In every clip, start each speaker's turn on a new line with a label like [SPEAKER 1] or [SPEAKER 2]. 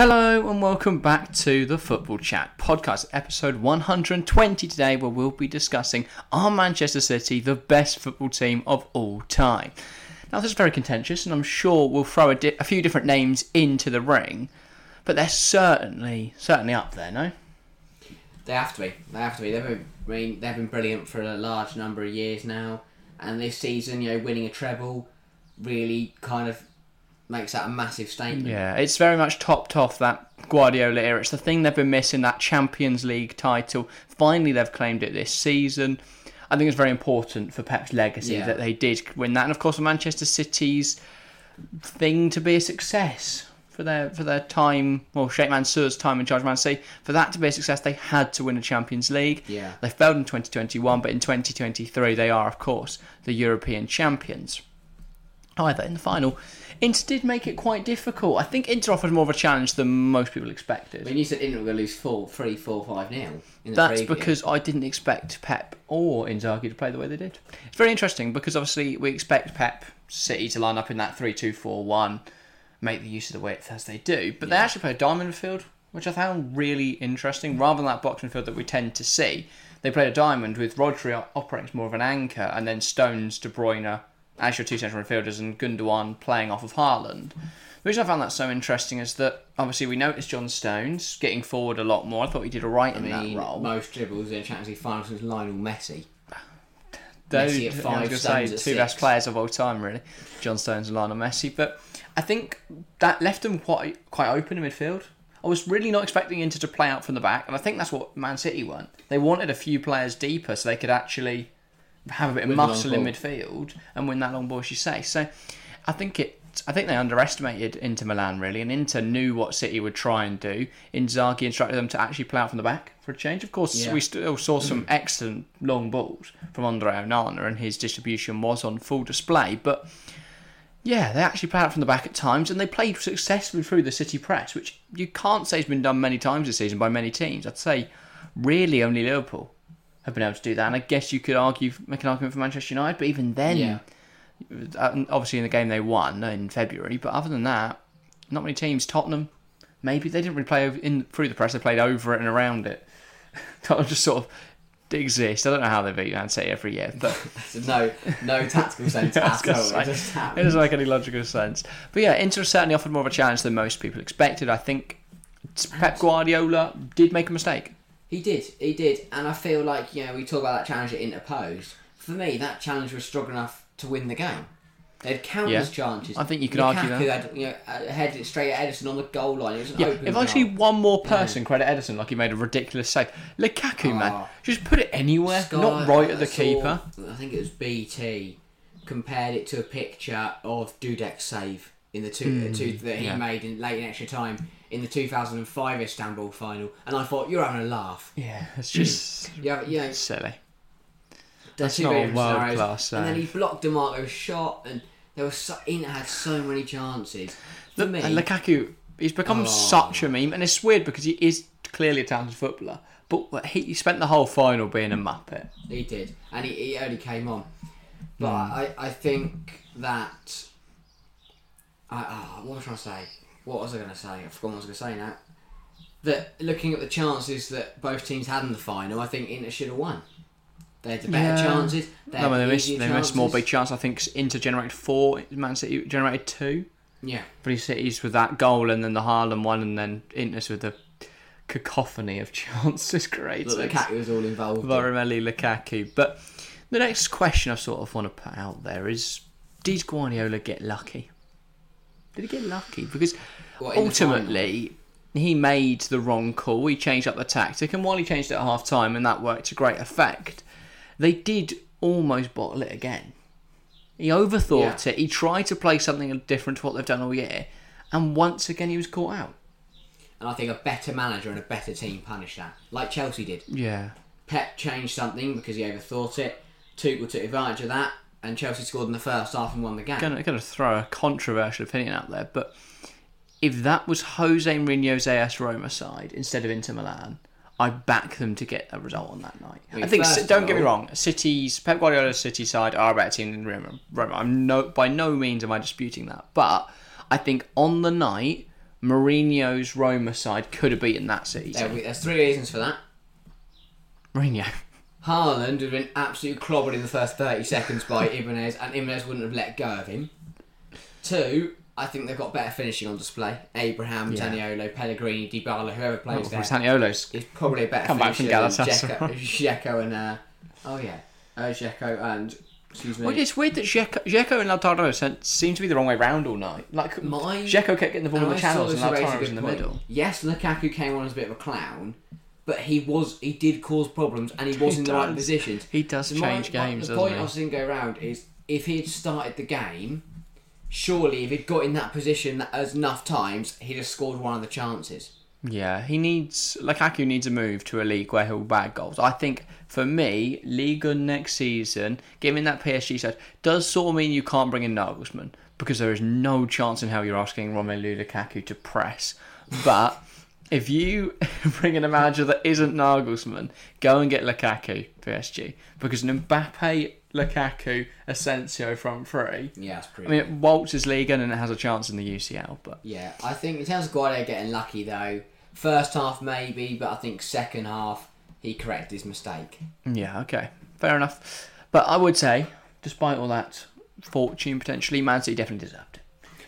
[SPEAKER 1] Hello and welcome back to the Football Chat podcast, episode 120 today, where we'll be discussing are Manchester City the best football team of all time? Now, this is very contentious, and I'm sure we'll throw a, di- a few different names into the ring, but they're certainly, certainly up there, no?
[SPEAKER 2] They have to be. They have to be. They've been I mean, they've been brilliant for a large number of years now, and this season, you know, winning a treble really kind of makes that a massive statement.
[SPEAKER 1] Yeah, it's very much topped off that Guardiola era. It's the thing they've been missing that Champions League title. Finally, they've claimed it this season. I think it's very important for Pep's legacy
[SPEAKER 2] Yeah.
[SPEAKER 1] that they did win that, and of course, for Manchester City's thing to be a success for their for their time, well, Sheikh Mansour's time in charge of Man City. For that to be a success, they had to win a Champions League.
[SPEAKER 2] Yeah.
[SPEAKER 1] they failed in 2021, but in 2023 they are, of course, the European champions. However, in the final, Inter did make it quite difficult. I think Inter offered more of a challenge than most people
[SPEAKER 2] I
[SPEAKER 1] expected.
[SPEAKER 2] mean, you said Inter were going to lose four, three, four, five nil. In the
[SPEAKER 1] That's
[SPEAKER 2] preview.
[SPEAKER 1] because I didn't expect Pep or Inzaghi to play the way they did. It's very interesting because obviously we expect Pep City to line up in that 3 2 4 1, make the use of the width as they do, but they actually play a diamond field, which I found really interesting. Rather than that boxing field that we tend to see, they played a diamond with Rodri o- operating as more of an anchor and then Stones, De Bruyne, as your two central midfielders and Gundogan playing off of Haaland. The reason I found that so interesting is that obviously we noticed John Stones getting forward a lot more. I thought he did all right in
[SPEAKER 2] I mean,
[SPEAKER 1] that role.
[SPEAKER 2] most dribbles in a Champions League final since Lionel Messi.
[SPEAKER 1] Those
[SPEAKER 2] Messi at
[SPEAKER 1] yeah, I
[SPEAKER 2] five,
[SPEAKER 1] was gonna
[SPEAKER 2] Stones
[SPEAKER 1] say,
[SPEAKER 2] at
[SPEAKER 1] two best
[SPEAKER 2] six.
[SPEAKER 1] players of all time, really, John Stones and Lionel Messi. But I think that left them quite quite open in midfield. I was really not expecting Inter to play out from the back, and I think that's what Man City want. They wanted a few players deeper so they could actually have a bit of
[SPEAKER 2] With the long
[SPEAKER 1] muscle in
[SPEAKER 2] ball.
[SPEAKER 1] midfield and win that long ball, as you say. So I think it. I think they underestimated Inter Milan really, and Inter knew what City would try and do. Inzaghi instructed them to actually play out from the back for a change. Of course,
[SPEAKER 2] Yeah.
[SPEAKER 1] we still saw some excellent long balls from Andre Onana, and his distribution was on full display. But yeah, they actually played out from the back at times, and they played successfully through the City press, which you can't say has been done many times this season by many teams. I'd say really only Liverpool have been able to do that, and I guess you could argue make an argument for Manchester United, but even then,
[SPEAKER 2] Yeah.
[SPEAKER 1] uh, obviously in the game they won in February, but other than that, not many teams. Tottenham, maybe they didn't really play over, in through the press; they played over it and around it. Tottenham just sort of exist. I don't know how they beat Man City every year, but
[SPEAKER 2] So no, no tactical sense
[SPEAKER 1] I was
[SPEAKER 2] at
[SPEAKER 1] gonna
[SPEAKER 2] all.
[SPEAKER 1] say,
[SPEAKER 2] It just
[SPEAKER 1] it
[SPEAKER 2] happened.
[SPEAKER 1] doesn't make any logical sense. But yeah, Inter certainly offered more of a challenge than most people expected. I think Pep Guardiola did make a mistake.
[SPEAKER 2] He did, he did, and I feel like you know we talk about that challenge that Inter posed. For me, that challenge was strong enough to win the game. They had countless
[SPEAKER 1] Yeah.
[SPEAKER 2] chances.
[SPEAKER 1] I think you could argue
[SPEAKER 2] Lukaku Had, you know, uh, headed it straight at Edison on the goal line. It was an
[SPEAKER 1] Yeah,
[SPEAKER 2] open
[SPEAKER 1] if
[SPEAKER 2] goal.
[SPEAKER 1] I see one more person credit Edison like he made a ridiculous save, Lukaku man,
[SPEAKER 2] Oh.
[SPEAKER 1] just put it anywhere,
[SPEAKER 2] Sky-
[SPEAKER 1] not right at
[SPEAKER 2] I
[SPEAKER 1] the
[SPEAKER 2] saw-
[SPEAKER 1] keeper.
[SPEAKER 2] I think it was BT compared it to a picture of Dudek's save in the two, uh, two that he
[SPEAKER 1] Hmm, yeah.
[SPEAKER 2] made in late in extra time in the 2005 Istanbul final, and I thought you're having a laugh.
[SPEAKER 1] Yeah, it's just
[SPEAKER 2] Yeah, you know,
[SPEAKER 1] silly.
[SPEAKER 2] That's
[SPEAKER 1] not a world-class
[SPEAKER 2] And then
[SPEAKER 1] save.
[SPEAKER 2] he blocked DeMarco's shot, and there was so, Inter had so many chances. For me,
[SPEAKER 1] And Lukaku, he's become
[SPEAKER 2] Oh.
[SPEAKER 1] such a meme, and it's weird because he is clearly a talented footballer, but he, he spent the whole final being a muppet.
[SPEAKER 2] he did, and he, he only came on. But
[SPEAKER 1] Hmm.
[SPEAKER 2] I, I think that. I, ah, what was I trying to say? What was I going to say? I've forgotten what I was going to say now. That looking at the chances that both teams had in the final, I think Inter should have won. They had the better
[SPEAKER 1] Yeah.
[SPEAKER 2] chances. They had
[SPEAKER 1] No, they
[SPEAKER 2] the
[SPEAKER 1] missed.
[SPEAKER 2] easier
[SPEAKER 1] They missed more
[SPEAKER 2] chances.
[SPEAKER 1] big chance. I think Inter generated four. Man City generated two.
[SPEAKER 2] Yeah.
[SPEAKER 1] But City's with that goal, and then the Haaland one, and then Inter's with the cacophony of chances created.
[SPEAKER 2] But Lukaku was all involved.
[SPEAKER 1] Varamelli Lukaku. But the next question I sort of want to put out there is: Did Guardiola get lucky? Did he get lucky? Because
[SPEAKER 2] What, in the final?
[SPEAKER 1] ultimately, he made the wrong call. He changed up the tactic, and while he changed it at half time, and that worked to great effect, they did almost bottle it again. He overthought it. He tried to play something different to what they've done all year, and once again he was caught out.
[SPEAKER 2] And I think a better manager and a better team punished that, like Chelsea did.
[SPEAKER 1] Yeah,
[SPEAKER 2] Pep changed something because he overthought it. Tuchel took advantage of that, and Chelsea scored in the first half and won the game.
[SPEAKER 1] gonna gonna throw a controversial opinion out there, but if that was Jose Mourinho's AS Roma side instead of Inter Milan, I back them to get a result on that night. I
[SPEAKER 2] mean,
[SPEAKER 1] think
[SPEAKER 2] first
[SPEAKER 1] Ci-
[SPEAKER 2] of
[SPEAKER 1] don't get me
[SPEAKER 2] all-
[SPEAKER 1] wrong, City's Pep Guardiola's City side are a better team than Roma. Roma. I'm no by no means am I disputing that, but I think on the night Mourinho's Roma side could have beaten that City.
[SPEAKER 2] There
[SPEAKER 1] team.
[SPEAKER 2] we, there's three reasons for that.
[SPEAKER 1] Mourinho.
[SPEAKER 2] Haaland would have been absolutely clobbered in the first 30 seconds by Ibanez, and Ibanez wouldn't have let go of him. Two, I think they've got better finishing on display. Abraham,
[SPEAKER 1] Yeah.
[SPEAKER 2] Zaniolo, Pellegrini, Dybala, whoever plays there.
[SPEAKER 1] Saniolo's.
[SPEAKER 2] He's probably a better
[SPEAKER 1] Come back from
[SPEAKER 2] finisher than
[SPEAKER 1] Galatasaray.
[SPEAKER 2] Dzeko, Dzeko and uh, oh yeah, uh, Dzeko and excuse me.
[SPEAKER 1] Well, it's weird that Dzeko Dzeko and Lautaro sen- seem to be the wrong way round all night. Like
[SPEAKER 2] My-
[SPEAKER 1] Dzeko kept getting the ball
[SPEAKER 2] And
[SPEAKER 1] in the
[SPEAKER 2] I
[SPEAKER 1] channels
[SPEAKER 2] saw
[SPEAKER 1] and
[SPEAKER 2] this raised a
[SPEAKER 1] Lautaro was
[SPEAKER 2] good
[SPEAKER 1] in the
[SPEAKER 2] point.
[SPEAKER 1] middle.
[SPEAKER 2] Yes, Lukaku came on as a bit of a clown, but he was he did cause problems and he was in the right
[SPEAKER 1] does.
[SPEAKER 2] positions.
[SPEAKER 1] He does
[SPEAKER 2] So my-
[SPEAKER 1] change
[SPEAKER 2] my-
[SPEAKER 1] games,
[SPEAKER 2] The
[SPEAKER 1] doesn't
[SPEAKER 2] point
[SPEAKER 1] he?
[SPEAKER 2] I was thinking go round is if he had started the game, surely if he'd got in that position that- as enough times, he'd have scored one of the chances.
[SPEAKER 1] Yeah, he needs Lukaku needs a move to a league where he'll bag goals. I think for me, Liga next season, given that PSG side, does sort of mean you can't bring in Nagelsmann because there is no chance in hell you're asking Romelu Lukaku to press. But if you bring in a manager that isn't Nagelsmann, go and get Lukaku PSG because an Mbappe, Lukaku, Asensio front three.
[SPEAKER 2] Yeah, that's pretty.
[SPEAKER 1] I mean, it waltzes Liga and it has a chance in the UCL, but.
[SPEAKER 2] Yeah, I think in terms of Guardiola getting lucky though, first half maybe, but I think second half he corrected his mistake.
[SPEAKER 1] Yeah, okay. Fair enough. But I would say, despite all that fortune potentially, Man City definitely deserved it.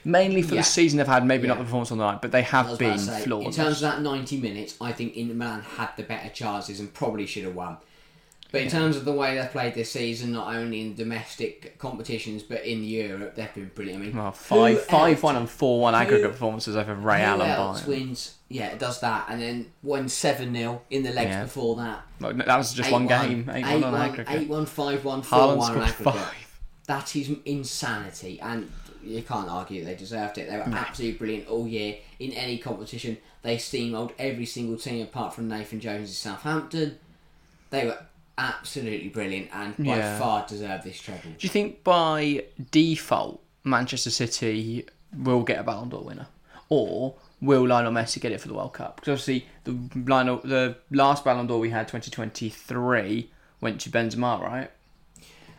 [SPEAKER 1] Mainly for
[SPEAKER 2] Yeah.
[SPEAKER 1] the season they've had, maybe not
[SPEAKER 2] Yeah.
[SPEAKER 1] the performance on the night, but they
[SPEAKER 2] I
[SPEAKER 1] have
[SPEAKER 2] was about
[SPEAKER 1] been
[SPEAKER 2] to say, in
[SPEAKER 1] flawless.
[SPEAKER 2] terms of that 90 minutes, I think Inter Milan had the better chances and probably should have won. But in terms of the way they've played this season, not only in domestic competitions but in Europe, they've been brilliant. I mean,
[SPEAKER 1] well,
[SPEAKER 2] who
[SPEAKER 1] five, five,
[SPEAKER 2] else-
[SPEAKER 1] one, and four, one aggregate
[SPEAKER 2] who-
[SPEAKER 1] performances over
[SPEAKER 2] who
[SPEAKER 1] Real and
[SPEAKER 2] else
[SPEAKER 1] Bayern.
[SPEAKER 2] wins? Yeah, it does that, and then won seven 0 in the legs
[SPEAKER 1] Yeah.
[SPEAKER 2] before that.
[SPEAKER 1] Well, no, that was just one game, eight, one on
[SPEAKER 2] 8-1,
[SPEAKER 1] aggregate. Haaland
[SPEAKER 2] 8-1, 5-1, 4-1 on
[SPEAKER 1] scored
[SPEAKER 2] aggregate.
[SPEAKER 1] five.
[SPEAKER 2] That is insanity, and you can't argue they deserved it. They were absolutely brilliant all year in any competition. They steamrolled every single team apart from Nathan Jones in Southampton. They were absolutely brilliant and by
[SPEAKER 1] Yeah.
[SPEAKER 2] far deserved this treble.
[SPEAKER 1] Do you think by default Manchester City will get a Ballon d'Or winner, or will Lionel Messi get it for the World Cup? Because obviously the Lionel, the last Ballon d'Or we had, 2023, went to Benzema, right?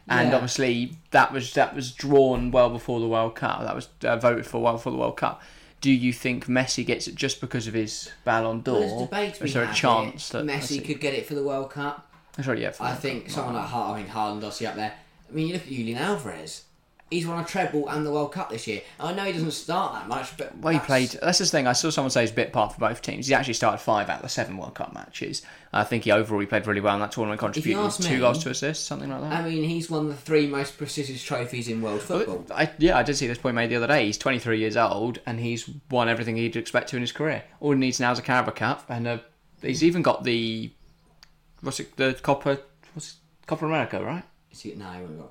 [SPEAKER 1] And
[SPEAKER 2] Yeah.
[SPEAKER 1] obviously that was that was drawn well before the World Cup. That was uh, voted for well before the World Cup. Do you think Messi gets it just because of his Ballon d'Or?
[SPEAKER 2] There's debates
[SPEAKER 1] or
[SPEAKER 2] we
[SPEAKER 1] is there a
[SPEAKER 2] have
[SPEAKER 1] chance
[SPEAKER 2] here.
[SPEAKER 1] that
[SPEAKER 2] Messi could get it for the World Cup.
[SPEAKER 1] Sorry, yeah, for
[SPEAKER 2] I
[SPEAKER 1] the-
[SPEAKER 2] think someone like Hart, I mean Haaland, obviously up there. I mean, you look at Julian Alvarez. He's won a treble and the World Cup this year. I know he doesn't start that much, but
[SPEAKER 1] Well, he
[SPEAKER 2] that's-
[SPEAKER 1] played. That's the thing. I saw someone say he's a bit par for both teams. He actually started five out of the seven World Cup matches. I think he overall he played really well in that tournament, contributing
[SPEAKER 2] ask
[SPEAKER 1] two
[SPEAKER 2] me-
[SPEAKER 1] goals to assists, something like that.
[SPEAKER 2] I mean, he's won the three most prestigious trophies in world football.
[SPEAKER 1] I, yeah, I did see this point made the other day. He's 23 years old and he's won everything he'd expect to in his career. All he needs now is a Carabao Cup, and uh he's even got the what's it, the Copper, what's it, Copper America, right?
[SPEAKER 2] Is he, no, he won't got. com-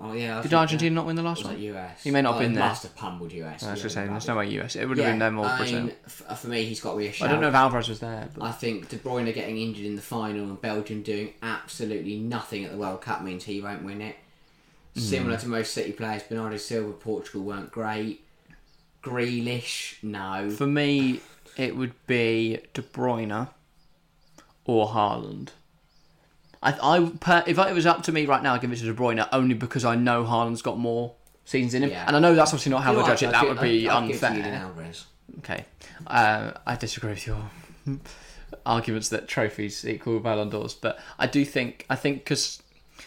[SPEAKER 2] Oh yeah. I
[SPEAKER 1] Did
[SPEAKER 2] think, uh,
[SPEAKER 1] Argentina not win the last
[SPEAKER 2] was
[SPEAKER 1] one?
[SPEAKER 2] that US.
[SPEAKER 1] He may not
[SPEAKER 2] oh,
[SPEAKER 1] have been
[SPEAKER 2] he
[SPEAKER 1] there.
[SPEAKER 2] Must have pummeled US.
[SPEAKER 1] I was just saying, there's no way US. It would have been them or
[SPEAKER 2] I
[SPEAKER 1] Brazil.
[SPEAKER 2] mean, um, f- for me, he's got to be
[SPEAKER 1] uh,
[SPEAKER 2] a
[SPEAKER 1] I
[SPEAKER 2] shout.
[SPEAKER 1] don't know if Alvarez was there. But.
[SPEAKER 2] I think De Bruyne getting injured in the final and Belgium doing absolutely nothing at the World Cup means he won't win it.
[SPEAKER 1] Hmm.
[SPEAKER 2] Similar to most City players, Bernardo Silva, Portugal weren't great. Grealish, no.
[SPEAKER 1] For me, it would be De Bruyne or Haaland. I, I per, if it was up to me right now, I'd give it to De Bruyne only because I know Haaland's got more seasons in him,
[SPEAKER 2] Yeah.
[SPEAKER 1] and I know that's obviously not how
[SPEAKER 2] You
[SPEAKER 1] we
[SPEAKER 2] know,
[SPEAKER 1] judge it.
[SPEAKER 2] I'd-
[SPEAKER 1] That
[SPEAKER 2] I'd
[SPEAKER 1] would
[SPEAKER 2] give-
[SPEAKER 1] be
[SPEAKER 2] I'd- I'd give Julian
[SPEAKER 1] unfair.
[SPEAKER 2] Alvarez.
[SPEAKER 1] Okay, uh, I disagree with your arguments that trophies equal Ballon d'Ors, but I do think I think because.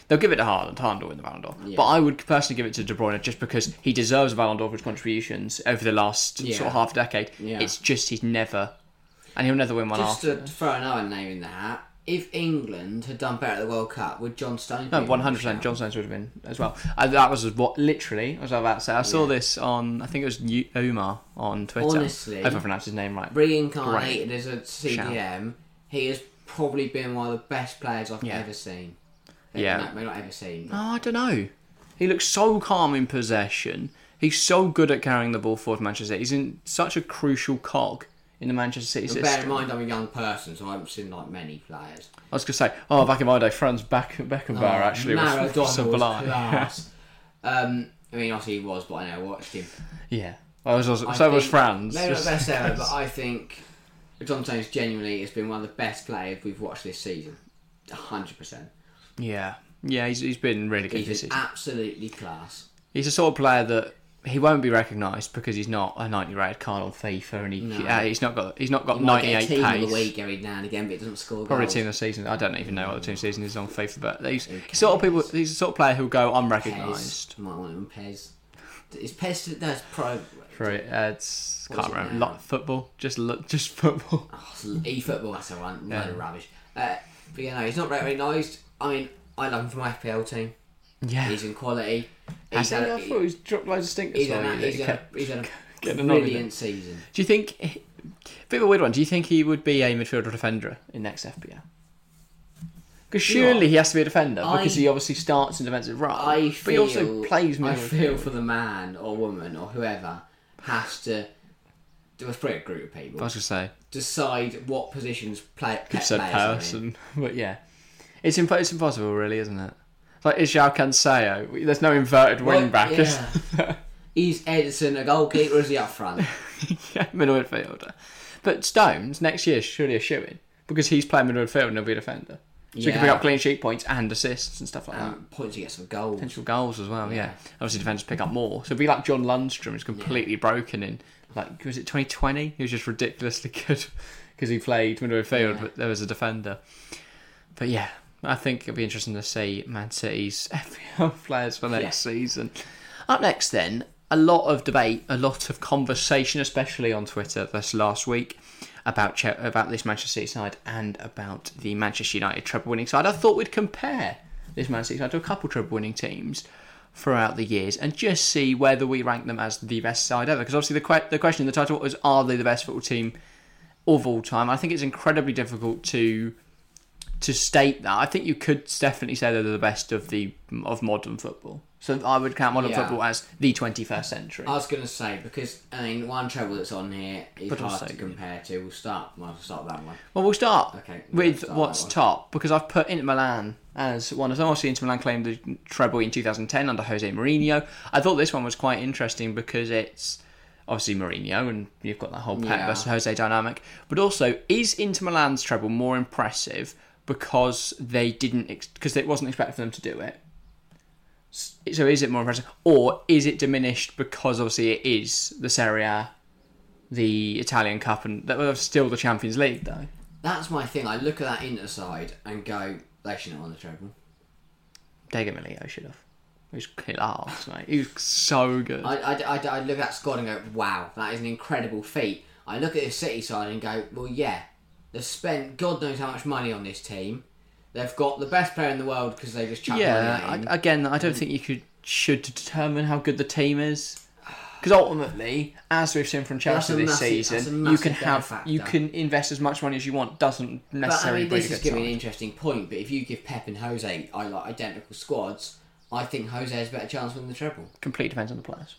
[SPEAKER 1] They'll give it to Haaland. Haaland will win the Ballon d'Or. But I would personally give it to De Bruyne just because he deserves a Ballon d'Or for his contributions over the last sort
[SPEAKER 2] Yeah.
[SPEAKER 1] of half decade.
[SPEAKER 2] Yeah.
[SPEAKER 1] It's just he's never, and he'll never win one
[SPEAKER 2] Just
[SPEAKER 1] after.
[SPEAKER 2] to throw another name in the hat, if England had done better at the World Cup, would John Stones?
[SPEAKER 1] No,
[SPEAKER 2] be in
[SPEAKER 1] one hundred percent.
[SPEAKER 2] the
[SPEAKER 1] John Stones would have been as well. I, that was what literally I was about to say. I saw this on I think it was U- Umar on Twitter.
[SPEAKER 2] Honestly.
[SPEAKER 1] I hope I pronounced his name right.
[SPEAKER 2] shout? Reincarnated as a CDM, he has probably been one of the best players I've
[SPEAKER 1] Yeah.
[SPEAKER 2] ever seen.
[SPEAKER 1] Yeah.
[SPEAKER 2] No, maybe not ever seen. but-
[SPEAKER 1] Oh, I don't know. He looks so calm in possession. He's so good at carrying the ball forward. for Manchester City. He's in such a crucial cog in the Manchester City
[SPEAKER 2] But
[SPEAKER 1] system.
[SPEAKER 2] bear in mind, I'm a young person, so I haven't seen like many players. Oh,
[SPEAKER 1] I was gonna say, oh, back in my day, Franz Beck- Beckenbauer actually
[SPEAKER 2] Maradona
[SPEAKER 1] was
[SPEAKER 2] was
[SPEAKER 1] sublime.
[SPEAKER 2] class. um, I mean, obviously he was, but I know I watched him.
[SPEAKER 1] Yeah, I was. also
[SPEAKER 2] I
[SPEAKER 1] so was
[SPEAKER 2] think-
[SPEAKER 1] Franz.
[SPEAKER 2] Maybe not
[SPEAKER 1] Just-
[SPEAKER 2] best ever, but I think John Stones genuinely has been one of the best players we've watched this season. hundred percent.
[SPEAKER 1] yeah, yeah, he's, he's been really good
[SPEAKER 2] He's
[SPEAKER 1] this
[SPEAKER 2] been
[SPEAKER 1] season.
[SPEAKER 2] absolutely class.
[SPEAKER 1] He's the sort of player that he won't be recognised because he's not a 90 rated card on FIFA, and he,
[SPEAKER 2] No.
[SPEAKER 1] uh, he's not got he's not got
[SPEAKER 2] He might get a
[SPEAKER 1] 98
[SPEAKER 2] team
[SPEAKER 1] pace.
[SPEAKER 2] of the week every now and again, but it doesn't score
[SPEAKER 1] Probably
[SPEAKER 2] goals.
[SPEAKER 1] team of the season. I don't even know what the team of the season is on FIFA, but these
[SPEAKER 2] Who
[SPEAKER 1] sort of people,
[SPEAKER 2] cares?
[SPEAKER 1] he's the sort of player who will go unrecognised.
[SPEAKER 2] Pez. Might want him Pez. Is Pez? No, it's pro.
[SPEAKER 1] For it, uh, it's
[SPEAKER 2] What is
[SPEAKER 1] can't
[SPEAKER 2] it
[SPEAKER 1] remember.
[SPEAKER 2] now?
[SPEAKER 1] Lot football, just look, just football.
[SPEAKER 2] Oh, it's e football. That's a one. Load of rubbish. Uh, but yeah, no, he's not recognised. I mean, I love him for my FPL team.
[SPEAKER 1] Yeah,
[SPEAKER 2] He's in quality.
[SPEAKER 1] Has
[SPEAKER 2] He's
[SPEAKER 1] he?
[SPEAKER 2] had a,
[SPEAKER 1] I thought he's dropped loads of stinkers.
[SPEAKER 2] he's had
[SPEAKER 1] for
[SPEAKER 2] a,
[SPEAKER 1] you that
[SPEAKER 2] he's
[SPEAKER 1] he
[SPEAKER 2] had
[SPEAKER 1] kept-
[SPEAKER 2] a, he's had a
[SPEAKER 1] getting annoyed with
[SPEAKER 2] brilliant season.
[SPEAKER 1] Do you think? Bit of a weird one. Do you think he would be a midfielder defender in next FPL? Because
[SPEAKER 2] You know
[SPEAKER 1] surely he has to be a defender
[SPEAKER 2] I-
[SPEAKER 1] because he obviously starts in defensive role,
[SPEAKER 2] I
[SPEAKER 1] but
[SPEAKER 2] feel,
[SPEAKER 1] he also plays
[SPEAKER 2] I feel
[SPEAKER 1] midfield.
[SPEAKER 2] for the man or woman or whoever has to do a split group of
[SPEAKER 1] I
[SPEAKER 2] people
[SPEAKER 1] was gonna say,
[SPEAKER 2] decide what positions play.
[SPEAKER 1] could
[SPEAKER 2] players
[SPEAKER 1] said
[SPEAKER 2] are in.
[SPEAKER 1] person, but yeah, it's imp- it's impossible, really, isn't it? It's like Israel Canseo. There's no inverted
[SPEAKER 2] Well,
[SPEAKER 1] wing back. is
[SPEAKER 2] yeah. Is Edison a goalkeeper or is he up front?
[SPEAKER 1] yeah, middle midfielder. But Stones next year is surely a shoe in because he's playing middle midfield and he'll be a defender. So he can pick
[SPEAKER 2] Yeah.
[SPEAKER 1] up clean sheet points and assists and stuff like that.
[SPEAKER 2] Um, points against some goals.
[SPEAKER 1] Potential goals as well, yeah. Obviously, defenders pick up more. So it'd be like John Lundstrom, who's completely broken in, like, was it 2020? He was just ridiculously good because he played middle midfield,
[SPEAKER 2] Yeah.
[SPEAKER 1] but there was a defender. But yeah, I think it'll be interesting to see Man City's FPL players for next season. Up next, then, a lot of debate, a lot of conversation, especially on Twitter this last week. About Che- about this Manchester City side and about the Manchester United treble winning side, I thought we'd compare this Man City side to a couple treble winning teams throughout the years and just see whether we rank them as the best side ever. Because obviously the que- the question in the title was, are they the best football team of all time? I think it's incredibly difficult to to state that. I think you could definitely say they're the best of the of modern football. So I would count modern
[SPEAKER 2] Yeah.
[SPEAKER 1] football as the 21st century.
[SPEAKER 2] I was going to say because I mean one treble that's on here is
[SPEAKER 1] But I'll
[SPEAKER 2] hard
[SPEAKER 1] say-
[SPEAKER 2] to compare to. We'll start. Might as well start that one.
[SPEAKER 1] Well, we'll start
[SPEAKER 2] Okay, we'll
[SPEAKER 1] with
[SPEAKER 2] start
[SPEAKER 1] what's
[SPEAKER 2] that one.
[SPEAKER 1] top because I've put Inter Milan as one of them. Obviously, Inter Milan claimed the treble in 2010 under Jose Mourinho. I thought this one was quite interesting because it's obviously Mourinho and you've got that whole Pep
[SPEAKER 2] Yeah.
[SPEAKER 1] versus Jose dynamic. But also, is Inter Milan's treble more impressive because they didn't because it wasn't expected for them to do it? S- So is it more impressive, or is it diminished because obviously it is the Serie A, the Italian Cup, and that was still the Champions League though?
[SPEAKER 2] That's my thing. I look at that inter side and go, they shouldn't have won the treble.
[SPEAKER 1] Diego Milito should have. He was class, mate. He was so good.
[SPEAKER 2] I, I, I, I look at that squad and go, wow, that is an incredible feat. I look at the City side and go, well, yeah, they've spent God knows how much money on this team. They've got the best player in the world because they just chucked
[SPEAKER 1] yeah,
[SPEAKER 2] money at him.
[SPEAKER 1] I, again, I don't think you could should determine how good the team is. Because ultimately, as we've seen from
[SPEAKER 2] That's
[SPEAKER 1] Chelsea
[SPEAKER 2] a
[SPEAKER 1] this
[SPEAKER 2] massive- that's a
[SPEAKER 1] season, you
[SPEAKER 2] massive
[SPEAKER 1] can have
[SPEAKER 2] benefactor.
[SPEAKER 1] you can invest as much money as you want. Doesn't
[SPEAKER 2] But I
[SPEAKER 1] necessarily
[SPEAKER 2] mean,
[SPEAKER 1] bring
[SPEAKER 2] this
[SPEAKER 1] a
[SPEAKER 2] is
[SPEAKER 1] good
[SPEAKER 2] giving an
[SPEAKER 1] side.
[SPEAKER 2] interesting point. But if you give Pep and Jose I like identical squads, I think Jose has a better chance of winning the treble.
[SPEAKER 1] Complete depends on the players.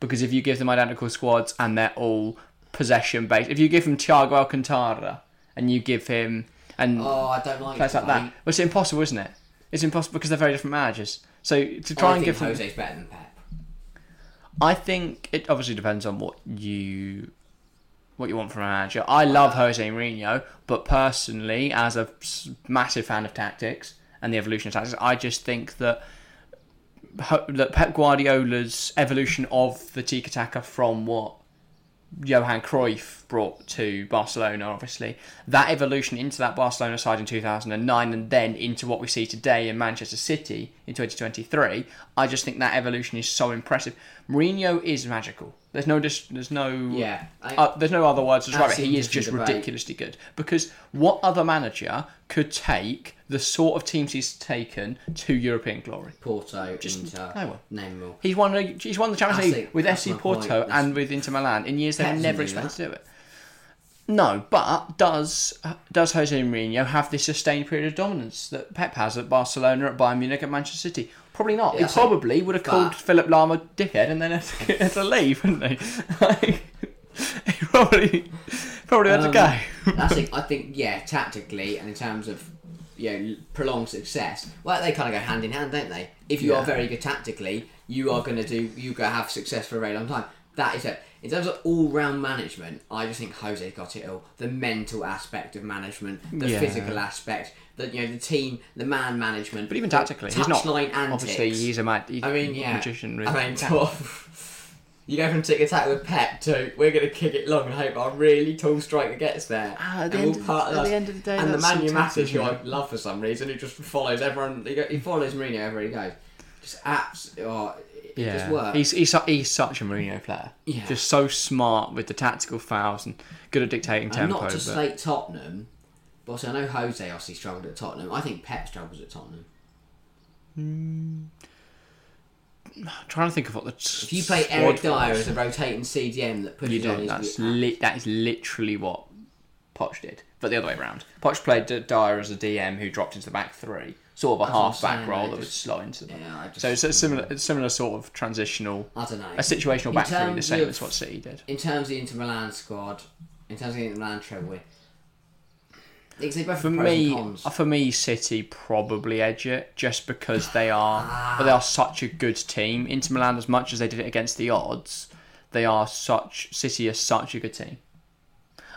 [SPEAKER 1] Because if you give them identical squads and they're all possession based, if you give him Thiago Alcantara and you give him and
[SPEAKER 2] Oh, I don't like
[SPEAKER 1] players like
[SPEAKER 2] I-
[SPEAKER 1] that, well, it's impossible, isn't it? It's impossible because they're very different managers. So to
[SPEAKER 2] Oh, I
[SPEAKER 1] try and
[SPEAKER 2] think
[SPEAKER 1] give them
[SPEAKER 2] Jose's better than Pep.
[SPEAKER 1] I think it obviously depends on what you what you want from a manager. I love Jose Mourinho, but personally, as a s- massive fan of tactics and the evolution of tactics, I just think that ho- that Pep Guardiola's evolution of the tiki taka from what Johan Cruyff brought to Barcelona, obviously that evolution into that Barcelona side in 2009, and then into what we see today in Manchester City in 2023. I just think that evolution is so impressive. Mourinho is magical. There's no dis- there's no
[SPEAKER 2] Yeah, I-
[SPEAKER 1] uh, there's no other words to describe it.
[SPEAKER 2] That's
[SPEAKER 1] He is
[SPEAKER 2] interesting
[SPEAKER 1] just
[SPEAKER 2] debate.
[SPEAKER 1] ridiculously good. Because what other manager could take the sort of teams he's taken to European glory?
[SPEAKER 2] Porto, uh, Inter,
[SPEAKER 1] no one.
[SPEAKER 2] name them all.
[SPEAKER 1] He's won. A, he's won the Champions
[SPEAKER 2] That's
[SPEAKER 1] League
[SPEAKER 2] it.
[SPEAKER 1] with
[SPEAKER 2] That's
[SPEAKER 1] FC
[SPEAKER 2] my point.
[SPEAKER 1] Porto
[SPEAKER 2] That's-
[SPEAKER 1] and with Inter Milan in years they
[SPEAKER 2] Pep
[SPEAKER 1] never
[SPEAKER 2] knew
[SPEAKER 1] expected to do it. No, but does does Jose Mourinho have this sustained period of dominance that Pep has at Barcelona, at Bayern Munich, at Manchester City? Probably not.
[SPEAKER 2] Yeah,
[SPEAKER 1] he
[SPEAKER 2] so-
[SPEAKER 1] probably would have called
[SPEAKER 2] but-
[SPEAKER 1] Philip Lama dickhead and then had to, had to leave, wouldn't he? Like, he probably probably had to
[SPEAKER 2] Um,
[SPEAKER 1] go.
[SPEAKER 2] That's it. I think, yeah, tactically and in terms of you know, prolonged success, well, they kind of go hand in hand, don't they? If you
[SPEAKER 1] Yeah.
[SPEAKER 2] are very good tactically, you are going to do, you're going to have success for a very long time. That is it. In terms of all round management, I just think Jose got it all. The mental aspect of management, the
[SPEAKER 1] Yeah.
[SPEAKER 2] physical aspect, the you know the team, the man management.
[SPEAKER 1] But even tactically, he's not.
[SPEAKER 2] touchline antics.
[SPEAKER 1] Obviously, he's a mad. He's
[SPEAKER 2] I mean, yeah.
[SPEAKER 1] magician. Really.
[SPEAKER 2] I mean, tall. You go from tick attack with Pep to we're going to kick it long and hope our really tall striker gets there.
[SPEAKER 1] Ah, at
[SPEAKER 2] and
[SPEAKER 1] the
[SPEAKER 2] we'll
[SPEAKER 1] end of-
[SPEAKER 2] part
[SPEAKER 1] at
[SPEAKER 2] us.
[SPEAKER 1] the end of the day,
[SPEAKER 2] and the
[SPEAKER 1] that's
[SPEAKER 2] Man
[SPEAKER 1] sometimes,
[SPEAKER 2] United who
[SPEAKER 1] isn't
[SPEAKER 2] I love for some reason, who just follows everyone. He, go- he follows Mourinho everywhere he goes. Just abs. Oh, it it
[SPEAKER 1] yeah.
[SPEAKER 2] just works.
[SPEAKER 1] He's he's su- he's such a Mourinho player.
[SPEAKER 2] Yeah.
[SPEAKER 1] Just so smart with the tactical fouls and good at dictating
[SPEAKER 2] and
[SPEAKER 1] tempo.
[SPEAKER 2] not to
[SPEAKER 1] but-
[SPEAKER 2] slate Tottenham, but also I know Jose obviously struggled at Tottenham. I think Pep struggles at Tottenham.
[SPEAKER 1] I'm trying to think of what the.
[SPEAKER 2] If you play Eric Dyer as a rotating CDM that pushes
[SPEAKER 1] You
[SPEAKER 2] on
[SPEAKER 1] do.
[SPEAKER 2] his
[SPEAKER 1] That's li- that is literally what Poch did, but the other way around. Poch played D- Dyer as a DM who dropped into the back three, sort of a
[SPEAKER 2] what I'm
[SPEAKER 1] half back
[SPEAKER 2] saying,
[SPEAKER 1] role
[SPEAKER 2] I
[SPEAKER 1] that was
[SPEAKER 2] just-
[SPEAKER 1] slow into the.
[SPEAKER 2] Yeah, I just-
[SPEAKER 1] so it's a similar, it's similar sort of transitional,
[SPEAKER 2] I don't know.
[SPEAKER 1] a situational
[SPEAKER 2] In
[SPEAKER 1] back three, the
[SPEAKER 2] terms
[SPEAKER 1] same
[SPEAKER 2] of-
[SPEAKER 1] as what City did.
[SPEAKER 2] in terms of the Inter Milan squad, in terms of the Inter Milan treble, because they both
[SPEAKER 1] For
[SPEAKER 2] have pros and
[SPEAKER 1] me, uh,
[SPEAKER 2] cons.
[SPEAKER 1] for me, City probably edge it just because they are, but they are such a good team. Inter Milan, as much as they did it against the odds, they are such City are such a good team,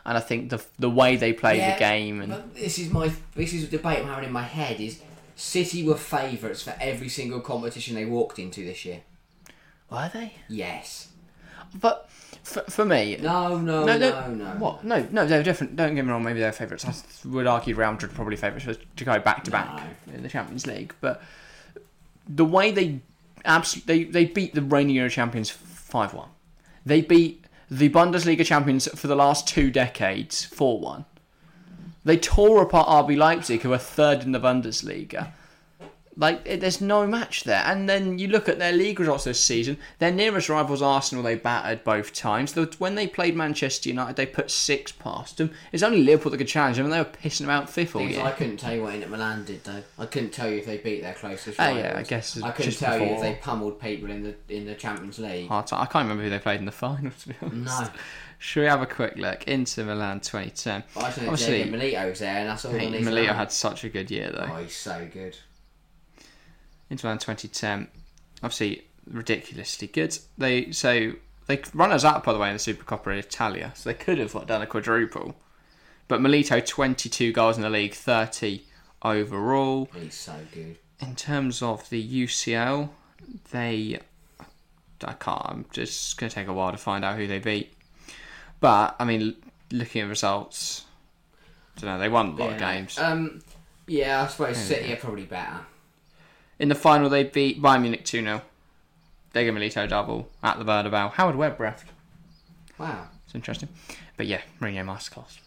[SPEAKER 1] and I think the the way they play
[SPEAKER 2] Yeah,
[SPEAKER 1] the game and
[SPEAKER 2] but this is my this is a debate I'm having in my head is City were favourites for every single competition they walked into this year.
[SPEAKER 1] were they?
[SPEAKER 2] Yes.
[SPEAKER 1] But for, for me,
[SPEAKER 2] No, no,
[SPEAKER 1] no,
[SPEAKER 2] no, no.
[SPEAKER 1] What? No, no, they were different. Don't get me wrong. Maybe they're favourites. I would argue Real Madrid probably favourites for- to go back to back in the Champions League. But the way they absolutely they, they beat the reigning Euro champions five one. They beat the Bundesliga champions for the last two decades four one. They tore apart RB Leipzig, who are third in the Bundesliga. Like, it- there's no match there. And then you look at their league results this season. Their nearest rivals, Arsenal, they battered both times. The- When they played Manchester United, they put six past them. It's only Liverpool that could challenge them, and they were pissing about fifth all
[SPEAKER 2] Things
[SPEAKER 1] year.
[SPEAKER 2] I couldn't tell you what Inter Milan did though. I couldn't tell you if they beat their closest
[SPEAKER 1] Oh,
[SPEAKER 2] rivals.
[SPEAKER 1] yeah, I guess it's
[SPEAKER 2] I couldn't
[SPEAKER 1] just
[SPEAKER 2] tell you if
[SPEAKER 1] before. Oh.
[SPEAKER 2] they pummeled people in the in the Champions League.
[SPEAKER 1] Hard time. I can't remember who they played in the final, to be honest.
[SPEAKER 2] No,
[SPEAKER 1] Should we have a quick look? Inter Milan 2010.
[SPEAKER 2] but I just know
[SPEAKER 1] Obviously,
[SPEAKER 2] Diego Milito was there, and that's all. that
[SPEAKER 1] hey,
[SPEAKER 2] needs to
[SPEAKER 1] Milito
[SPEAKER 2] happen.
[SPEAKER 1] had such a good year, though.
[SPEAKER 2] Oh, he's so good.
[SPEAKER 1] Inter Milan 2010, obviously ridiculously good. They so they runners up by the way in the Supercoppa Italia, so they could have what, done a quadruple. But Milito 22 goals in the league, 30 overall.
[SPEAKER 2] He's so good.
[SPEAKER 1] In terms of the UCL, they I can't. I'm just gonna take a while to find out who they beat. But I mean, l- looking at results, don't know. They won a lot of
[SPEAKER 2] Yeah.
[SPEAKER 1] games.
[SPEAKER 2] Um, yeah, I suppose City are probably better.
[SPEAKER 1] In the final, they beat Bayern Munich 2 0. Diego Milito double at the Bernabeu. Howard Webb ref.
[SPEAKER 2] Wow.
[SPEAKER 1] It's interesting. But yeah, Mourinho masterclass.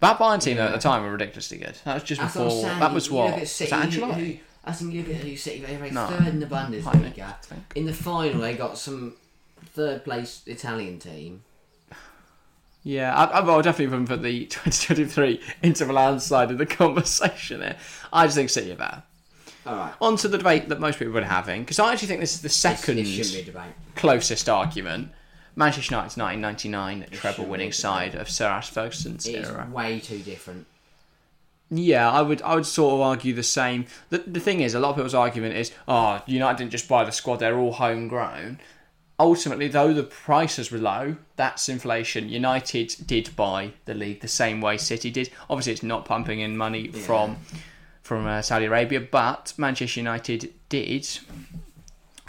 [SPEAKER 1] That Bayern team, though, at the time were ridiculously good. That was just
[SPEAKER 2] That's what I'm
[SPEAKER 1] before.
[SPEAKER 2] saying.
[SPEAKER 1] That was
[SPEAKER 2] You
[SPEAKER 1] what?
[SPEAKER 2] Look at
[SPEAKER 1] Was
[SPEAKER 2] City,
[SPEAKER 1] that
[SPEAKER 2] who-
[SPEAKER 1] Ancelotti?
[SPEAKER 2] who- I think you look at who City they ranked
[SPEAKER 1] No.
[SPEAKER 2] third in the Bundesliga.
[SPEAKER 1] think.
[SPEAKER 2] In the final, they got some third place Italian team.
[SPEAKER 1] Yeah, I, I, well, I definitely wouldn't put the 2023 Inter Milan side of the conversation there. I just think City are better.
[SPEAKER 2] All right.
[SPEAKER 1] On to the debate that most people are having, because I actually think this is the second
[SPEAKER 2] This shouldn't be a debate.
[SPEAKER 1] closest argument. Manchester United's 1999 treble
[SPEAKER 2] shouldn't
[SPEAKER 1] winning
[SPEAKER 2] be.
[SPEAKER 1] side of Sir Alex Ferguson's
[SPEAKER 2] It
[SPEAKER 1] era.
[SPEAKER 2] is way too different.
[SPEAKER 1] Yeah, I would I would sort of argue the same. The, the thing is, a lot of people's argument is, oh, United didn't just buy the squad; they're all homegrown. Ultimately, though the prices were low, that's inflation. United did buy the league the same way City did. Obviously, it's not pumping in money from from uh, Saudi Arabia, but Manchester United did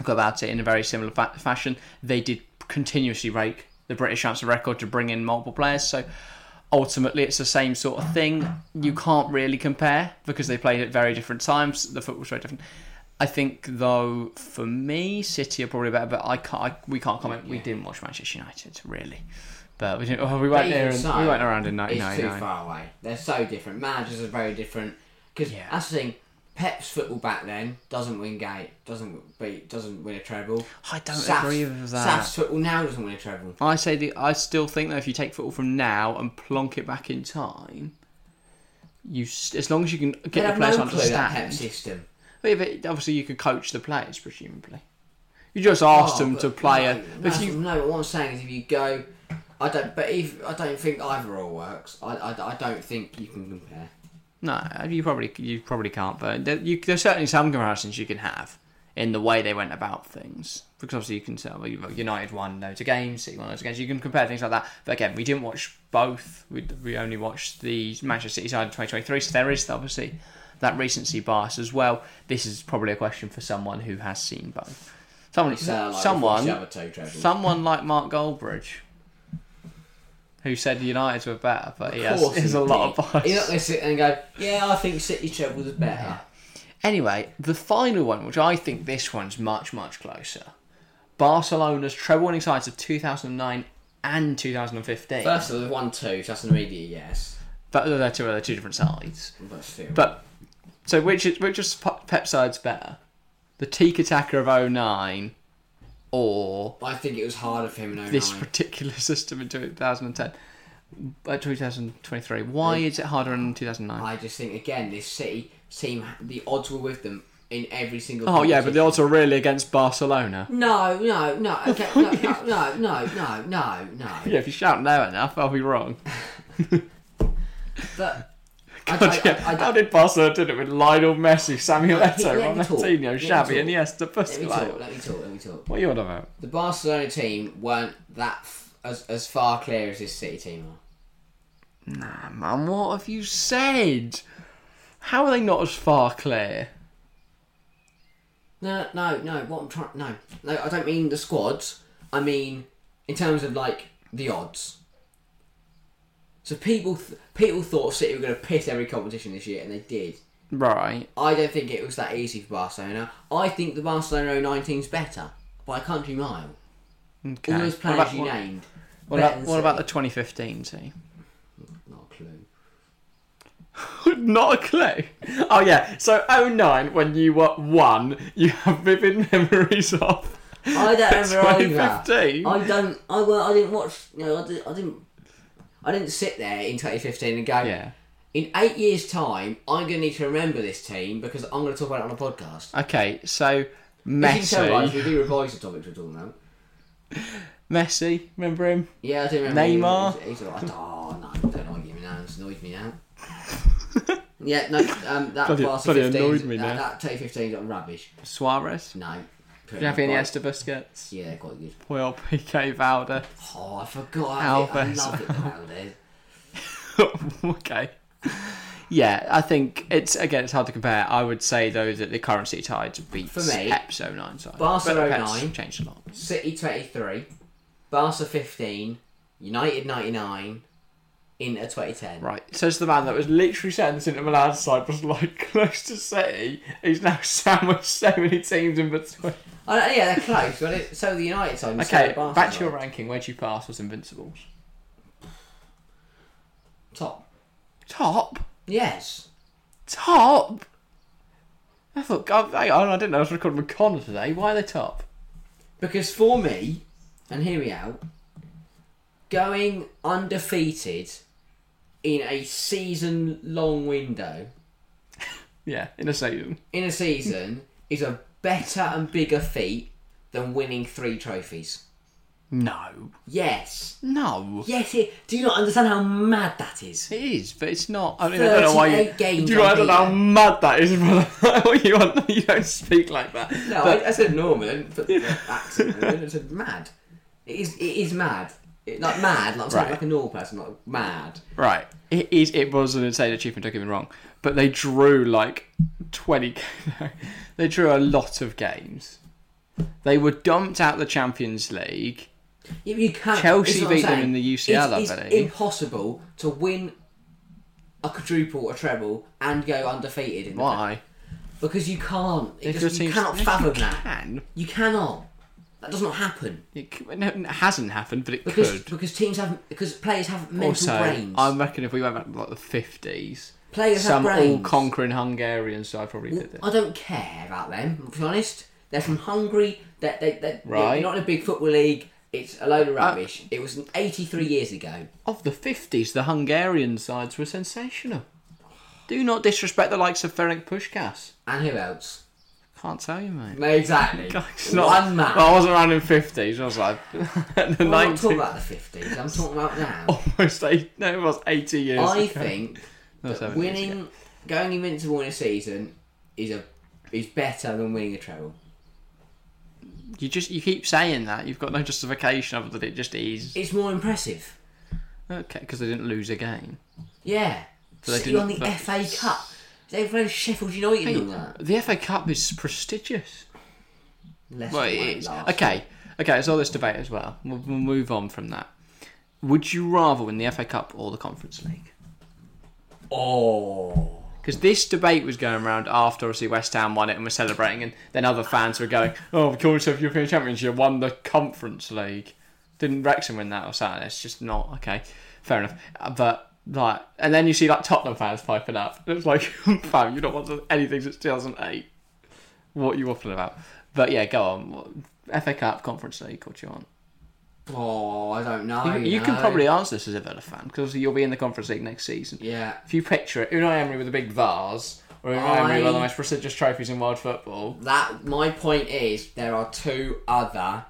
[SPEAKER 1] go about it in a very similar fa- fashion. They did continuously break the British transfer record to bring in multiple players. So ultimately, it's the same sort of thing. You can't really compare because they played at very different times. The football's very different. I think, though, for me, City are probably better, but I can't. I, we can't comment. We didn't watch Manchester United really, but we didn't. Oh, we weren't
[SPEAKER 2] Even
[SPEAKER 1] there. in-
[SPEAKER 2] so,
[SPEAKER 1] we weren't around in
[SPEAKER 2] It's too
[SPEAKER 1] 1999.
[SPEAKER 2] far away. They're so different. Managers are very different. Because
[SPEAKER 1] Yeah.
[SPEAKER 2] that's the thing. Pep's football back then doesn't win gate, doesn't beat, doesn't win a treble.
[SPEAKER 1] I don't
[SPEAKER 2] Saf-
[SPEAKER 1] agree with that.
[SPEAKER 2] Saf's football now doesn't win a treble.
[SPEAKER 1] I say the. I still think that if you take football from now and plonk it back in time, you s- as long as you can
[SPEAKER 2] They
[SPEAKER 1] get the
[SPEAKER 2] have
[SPEAKER 1] players
[SPEAKER 2] no
[SPEAKER 1] to
[SPEAKER 2] clue that Pep
[SPEAKER 1] understand.
[SPEAKER 2] system.
[SPEAKER 1] But if it- obviously, you could coach the players, presumably. You just ask
[SPEAKER 2] Oh,
[SPEAKER 1] them
[SPEAKER 2] but
[SPEAKER 1] to play
[SPEAKER 2] no,
[SPEAKER 1] a.
[SPEAKER 2] No,
[SPEAKER 1] But if you
[SPEAKER 2] no, but what I'm saying is if you go, I don't. But if I don't think either all works. I, I, I don't think you can compare.
[SPEAKER 1] no, you probably you probably can't. But there, you, there's certainly some comparisons you can have in the way they went about things. because obviously you can tell well, United won loads of games, City won loads of games. You can compare things like that. But again, we didn't watch both. We, we only watched the Manchester City side in 2023. So there is obviously that recency bias as well. This is probably a question for someone who has seen both. Someone,
[SPEAKER 2] Sound uh, like we've
[SPEAKER 1] someone,
[SPEAKER 2] watched the other two trebles.
[SPEAKER 1] someone like Mark Goldbridge, who said United were better, but he has,
[SPEAKER 2] course
[SPEAKER 1] he has a
[SPEAKER 2] he
[SPEAKER 1] lot
[SPEAKER 2] did.
[SPEAKER 1] of bias.
[SPEAKER 2] You're not going to sit there and go, yeah, I think City treble was better.
[SPEAKER 1] Anyway, the final one, which I think this one's much, much closer. Barcelona's treble winning sides of 2009 and 2015.
[SPEAKER 2] First of all, they've won two, so that's an immediate yes.
[SPEAKER 1] but they're two, they're two different sides.
[SPEAKER 2] But still.
[SPEAKER 1] But, so which is, which is Pe- Pep's side's better? The Teak Attacker of 09 or
[SPEAKER 2] I think it was harder for him in 09.
[SPEAKER 1] this particular system in 2010? Uh, 2023. Why is it harder in 2009?
[SPEAKER 2] Oh. I just think, again, this City team, the odds were with them in every single
[SPEAKER 1] Oh, yeah, but the
[SPEAKER 2] competition.
[SPEAKER 1] odds are really against Barcelona.
[SPEAKER 2] No, no, no, okay, no, no, no, no, no, no, no.
[SPEAKER 1] Yeah, if you shout no enough, I'll be wrong.
[SPEAKER 2] But I,
[SPEAKER 1] God,
[SPEAKER 2] I,
[SPEAKER 1] yeah.
[SPEAKER 2] I, I,
[SPEAKER 1] How did Barcelona did it with Lionel Messi, Samuel
[SPEAKER 2] Let me-
[SPEAKER 1] Eto'o,
[SPEAKER 2] let me talk.
[SPEAKER 1] Ronaldinho,
[SPEAKER 2] Let me
[SPEAKER 1] Xavi, and
[SPEAKER 2] talk.
[SPEAKER 1] yes, the
[SPEAKER 2] let me talk, let me talk, let me talk.
[SPEAKER 1] What are you on about?
[SPEAKER 2] The Barcelona team weren't that f- as, as far clear as this City team are.
[SPEAKER 1] Nah, man, what have you said? How are they not as far clear?
[SPEAKER 2] No, no, no. What I'm trying, no, no. I don't mean the squads. I mean in terms of like the odds. So people, th- people thought City were going to piss every competition this year, and they did.
[SPEAKER 1] Right.
[SPEAKER 2] I don't think it was that easy for Barcelona. I think the Barcelona 19's better by a country mile.
[SPEAKER 1] Okay.
[SPEAKER 2] All those
[SPEAKER 1] What
[SPEAKER 2] players
[SPEAKER 1] about,
[SPEAKER 2] you
[SPEAKER 1] what,
[SPEAKER 2] named.
[SPEAKER 1] what
[SPEAKER 2] better
[SPEAKER 1] about,
[SPEAKER 2] than
[SPEAKER 1] what about the
[SPEAKER 2] City.
[SPEAKER 1] 2015 team?
[SPEAKER 2] Not a clue.
[SPEAKER 1] not a clue. Oh, yeah. So 09, when you were one, you have vivid memories of.
[SPEAKER 2] I don't remember either.
[SPEAKER 1] 2015.
[SPEAKER 2] I don't. I well, I didn't watch. You know, I, did, I didn't. I didn't sit there in 2015 and go.
[SPEAKER 1] Yeah.
[SPEAKER 2] In eight years' time, I'm going to need to remember this team because I'm going to talk about it on a podcast.
[SPEAKER 1] Okay, so
[SPEAKER 2] As you can tell, guys,
[SPEAKER 1] Messi.
[SPEAKER 2] we do revise the topics we're talking about.
[SPEAKER 1] Messi, remember him?
[SPEAKER 2] Yeah, I do remember.
[SPEAKER 1] Neymar.
[SPEAKER 2] He's, he's all right. Oh, no, don't argue me now. It's annoyed me now. yeah, no, um, that
[SPEAKER 1] Bloody-
[SPEAKER 2] class of
[SPEAKER 1] bloody
[SPEAKER 2] 15s,
[SPEAKER 1] annoyed me
[SPEAKER 2] that,
[SPEAKER 1] now.
[SPEAKER 2] That 2015 got rubbish.
[SPEAKER 1] Suarez.
[SPEAKER 2] No. Pretty
[SPEAKER 1] Xavi
[SPEAKER 2] much
[SPEAKER 1] Iniesta Busquets.
[SPEAKER 2] quite- Yeah, they're quite good.
[SPEAKER 1] Well, PK Valder.
[SPEAKER 2] Oh, I forgot. how it- I
[SPEAKER 1] Alves.
[SPEAKER 2] love it now, dude.
[SPEAKER 1] okay. Yeah, I think it's again it's hard to compare. I would say though that the current city tides beats
[SPEAKER 2] For me,
[SPEAKER 1] Eps 09 side.
[SPEAKER 2] Barca
[SPEAKER 1] But Pep's
[SPEAKER 2] 09.
[SPEAKER 1] changed a lot.
[SPEAKER 2] City 23, Barca 15, United 99, Inter 2010.
[SPEAKER 1] Right. Says the man that was literally saying the Inter Milan side was like close to City. He's now sandwiched so many teams in between.
[SPEAKER 2] Oh, no, yeah, they're close. But it, so the United side. and so
[SPEAKER 1] Okay,
[SPEAKER 2] the Barca
[SPEAKER 1] back to your
[SPEAKER 2] side.
[SPEAKER 1] ranking. Where'd you pass was Invincibles?
[SPEAKER 2] top.
[SPEAKER 1] Top.
[SPEAKER 2] Yes.
[SPEAKER 1] Top. I thought. God, hang on, I didn't know I was recording with Connor today. Why are they top?
[SPEAKER 2] Because for me, and hear me out, going undefeated in a season long window,
[SPEAKER 1] Yeah, in a season.
[SPEAKER 2] in a season, is a better and bigger feat than winning three trophies.
[SPEAKER 1] No.
[SPEAKER 2] Yes.
[SPEAKER 1] No.
[SPEAKER 2] Yes, it, do you not understand how mad that is?
[SPEAKER 1] It is, but it's not. I mean, I don't know why. You,
[SPEAKER 2] 38 games
[SPEAKER 1] do you know, I don't know how
[SPEAKER 2] unbeaten.
[SPEAKER 1] mad that is, brother. you, are- you don't speak like that.
[SPEAKER 2] No,
[SPEAKER 1] but,
[SPEAKER 2] I, I said Norman, but accent. Norman, I said mad. It is. It is mad. It, like mad. Like I'm saying
[SPEAKER 1] Right.
[SPEAKER 2] like a normal person. Like mad.
[SPEAKER 1] right, it is. It was an insane achievement. Don't get me wrong, but they drew like twenty. no, they drew a lot of games. They were dumped out the Champions League.
[SPEAKER 2] You, you can't.
[SPEAKER 1] Chelsea
[SPEAKER 2] it's what I'm
[SPEAKER 1] beat them
[SPEAKER 2] saying.
[SPEAKER 1] in the UCL,
[SPEAKER 2] It's,
[SPEAKER 1] I eh?
[SPEAKER 2] it's
[SPEAKER 1] believe.
[SPEAKER 2] impossible to win a quadruple, a treble, and go undefeated. In the-
[SPEAKER 1] Why?
[SPEAKER 2] because you can't. It
[SPEAKER 1] If
[SPEAKER 2] just,
[SPEAKER 1] your
[SPEAKER 2] you
[SPEAKER 1] team's-
[SPEAKER 2] cannot
[SPEAKER 1] yes,
[SPEAKER 2] fathom
[SPEAKER 1] you
[SPEAKER 2] that.
[SPEAKER 1] Can.
[SPEAKER 2] You cannot. That does not happen
[SPEAKER 1] It, c- no, it hasn't happened, but it
[SPEAKER 2] because
[SPEAKER 1] could.
[SPEAKER 2] because teams have because players have mental
[SPEAKER 1] Also,
[SPEAKER 2] brains.
[SPEAKER 1] I reckon if we went back to like the fifties,
[SPEAKER 2] Players have
[SPEAKER 1] some
[SPEAKER 2] brains.
[SPEAKER 1] all-conquering Hungarian side probably did it.
[SPEAKER 2] I don't care about them. To be honest, they're from Hungary. They're, they, they're,
[SPEAKER 1] Right.
[SPEAKER 2] they're not in a big football league. It's a load
[SPEAKER 1] Uh,
[SPEAKER 2] of rubbish. it was 83 years ago.
[SPEAKER 1] of the 50s, the Hungarian sides were sensational. Do not disrespect the likes of Ferenc Pushkas.
[SPEAKER 2] And who else?
[SPEAKER 1] Can't tell you, mate.
[SPEAKER 2] No, exactly.
[SPEAKER 1] It's not-
[SPEAKER 2] One man.
[SPEAKER 1] Well, I wasn't around in 50s, I was like, the
[SPEAKER 2] I'm not talking
[SPEAKER 1] 19,
[SPEAKER 2] about the 50s. I'm talking about now.
[SPEAKER 1] almost eight, no, it was 80 years
[SPEAKER 2] I
[SPEAKER 1] ago.
[SPEAKER 2] think
[SPEAKER 1] No,
[SPEAKER 2] that
[SPEAKER 1] 70 years ago.
[SPEAKER 2] winning, going invincible in a season is a is better than winning a treble.
[SPEAKER 1] You just you keep saying that you've got no justification other than it just is
[SPEAKER 2] It's more impressive.
[SPEAKER 1] okay because they didn't lose a game.
[SPEAKER 2] Yeah.
[SPEAKER 1] So they
[SPEAKER 2] City
[SPEAKER 1] didn't
[SPEAKER 2] on the
[SPEAKER 1] play-
[SPEAKER 2] FA Cup. They played Sheffield United and all that.
[SPEAKER 1] The FA Cup is prestigious.
[SPEAKER 2] Leicester
[SPEAKER 1] Well,
[SPEAKER 2] won it
[SPEAKER 1] it is.
[SPEAKER 2] last.
[SPEAKER 1] Okay, okay. There's all this debate as well. We'll, we'll move on from that. Would you rather win the FA Cup or the Conference League?
[SPEAKER 2] Oh.
[SPEAKER 1] Because this debate was going around after obviously West Ham won it and were celebrating, and then other fans were going, "Oh, of course, if European champions, you won the Conference League." Didn't Wrexham win that or something? It's just not okay. Fair enough, Uh, but like, and then you see like Tottenham fans piping up, and it's like, "Fam, you don't want anything since 2008. What are you waffling about?" But yeah, go on. What- FA Cup, Conference League, what do you want?
[SPEAKER 2] Oh, I don't know.
[SPEAKER 1] You, you can
[SPEAKER 2] know.
[SPEAKER 1] probably answer this as a Villa fan because you'll be in the Conference League next season.
[SPEAKER 2] Yeah.
[SPEAKER 1] If you picture it, Unai Emery with a big vase, or Unai Emery with one of the
[SPEAKER 2] I-
[SPEAKER 1] most prestigious trophies in world football.
[SPEAKER 2] That my point is there are two other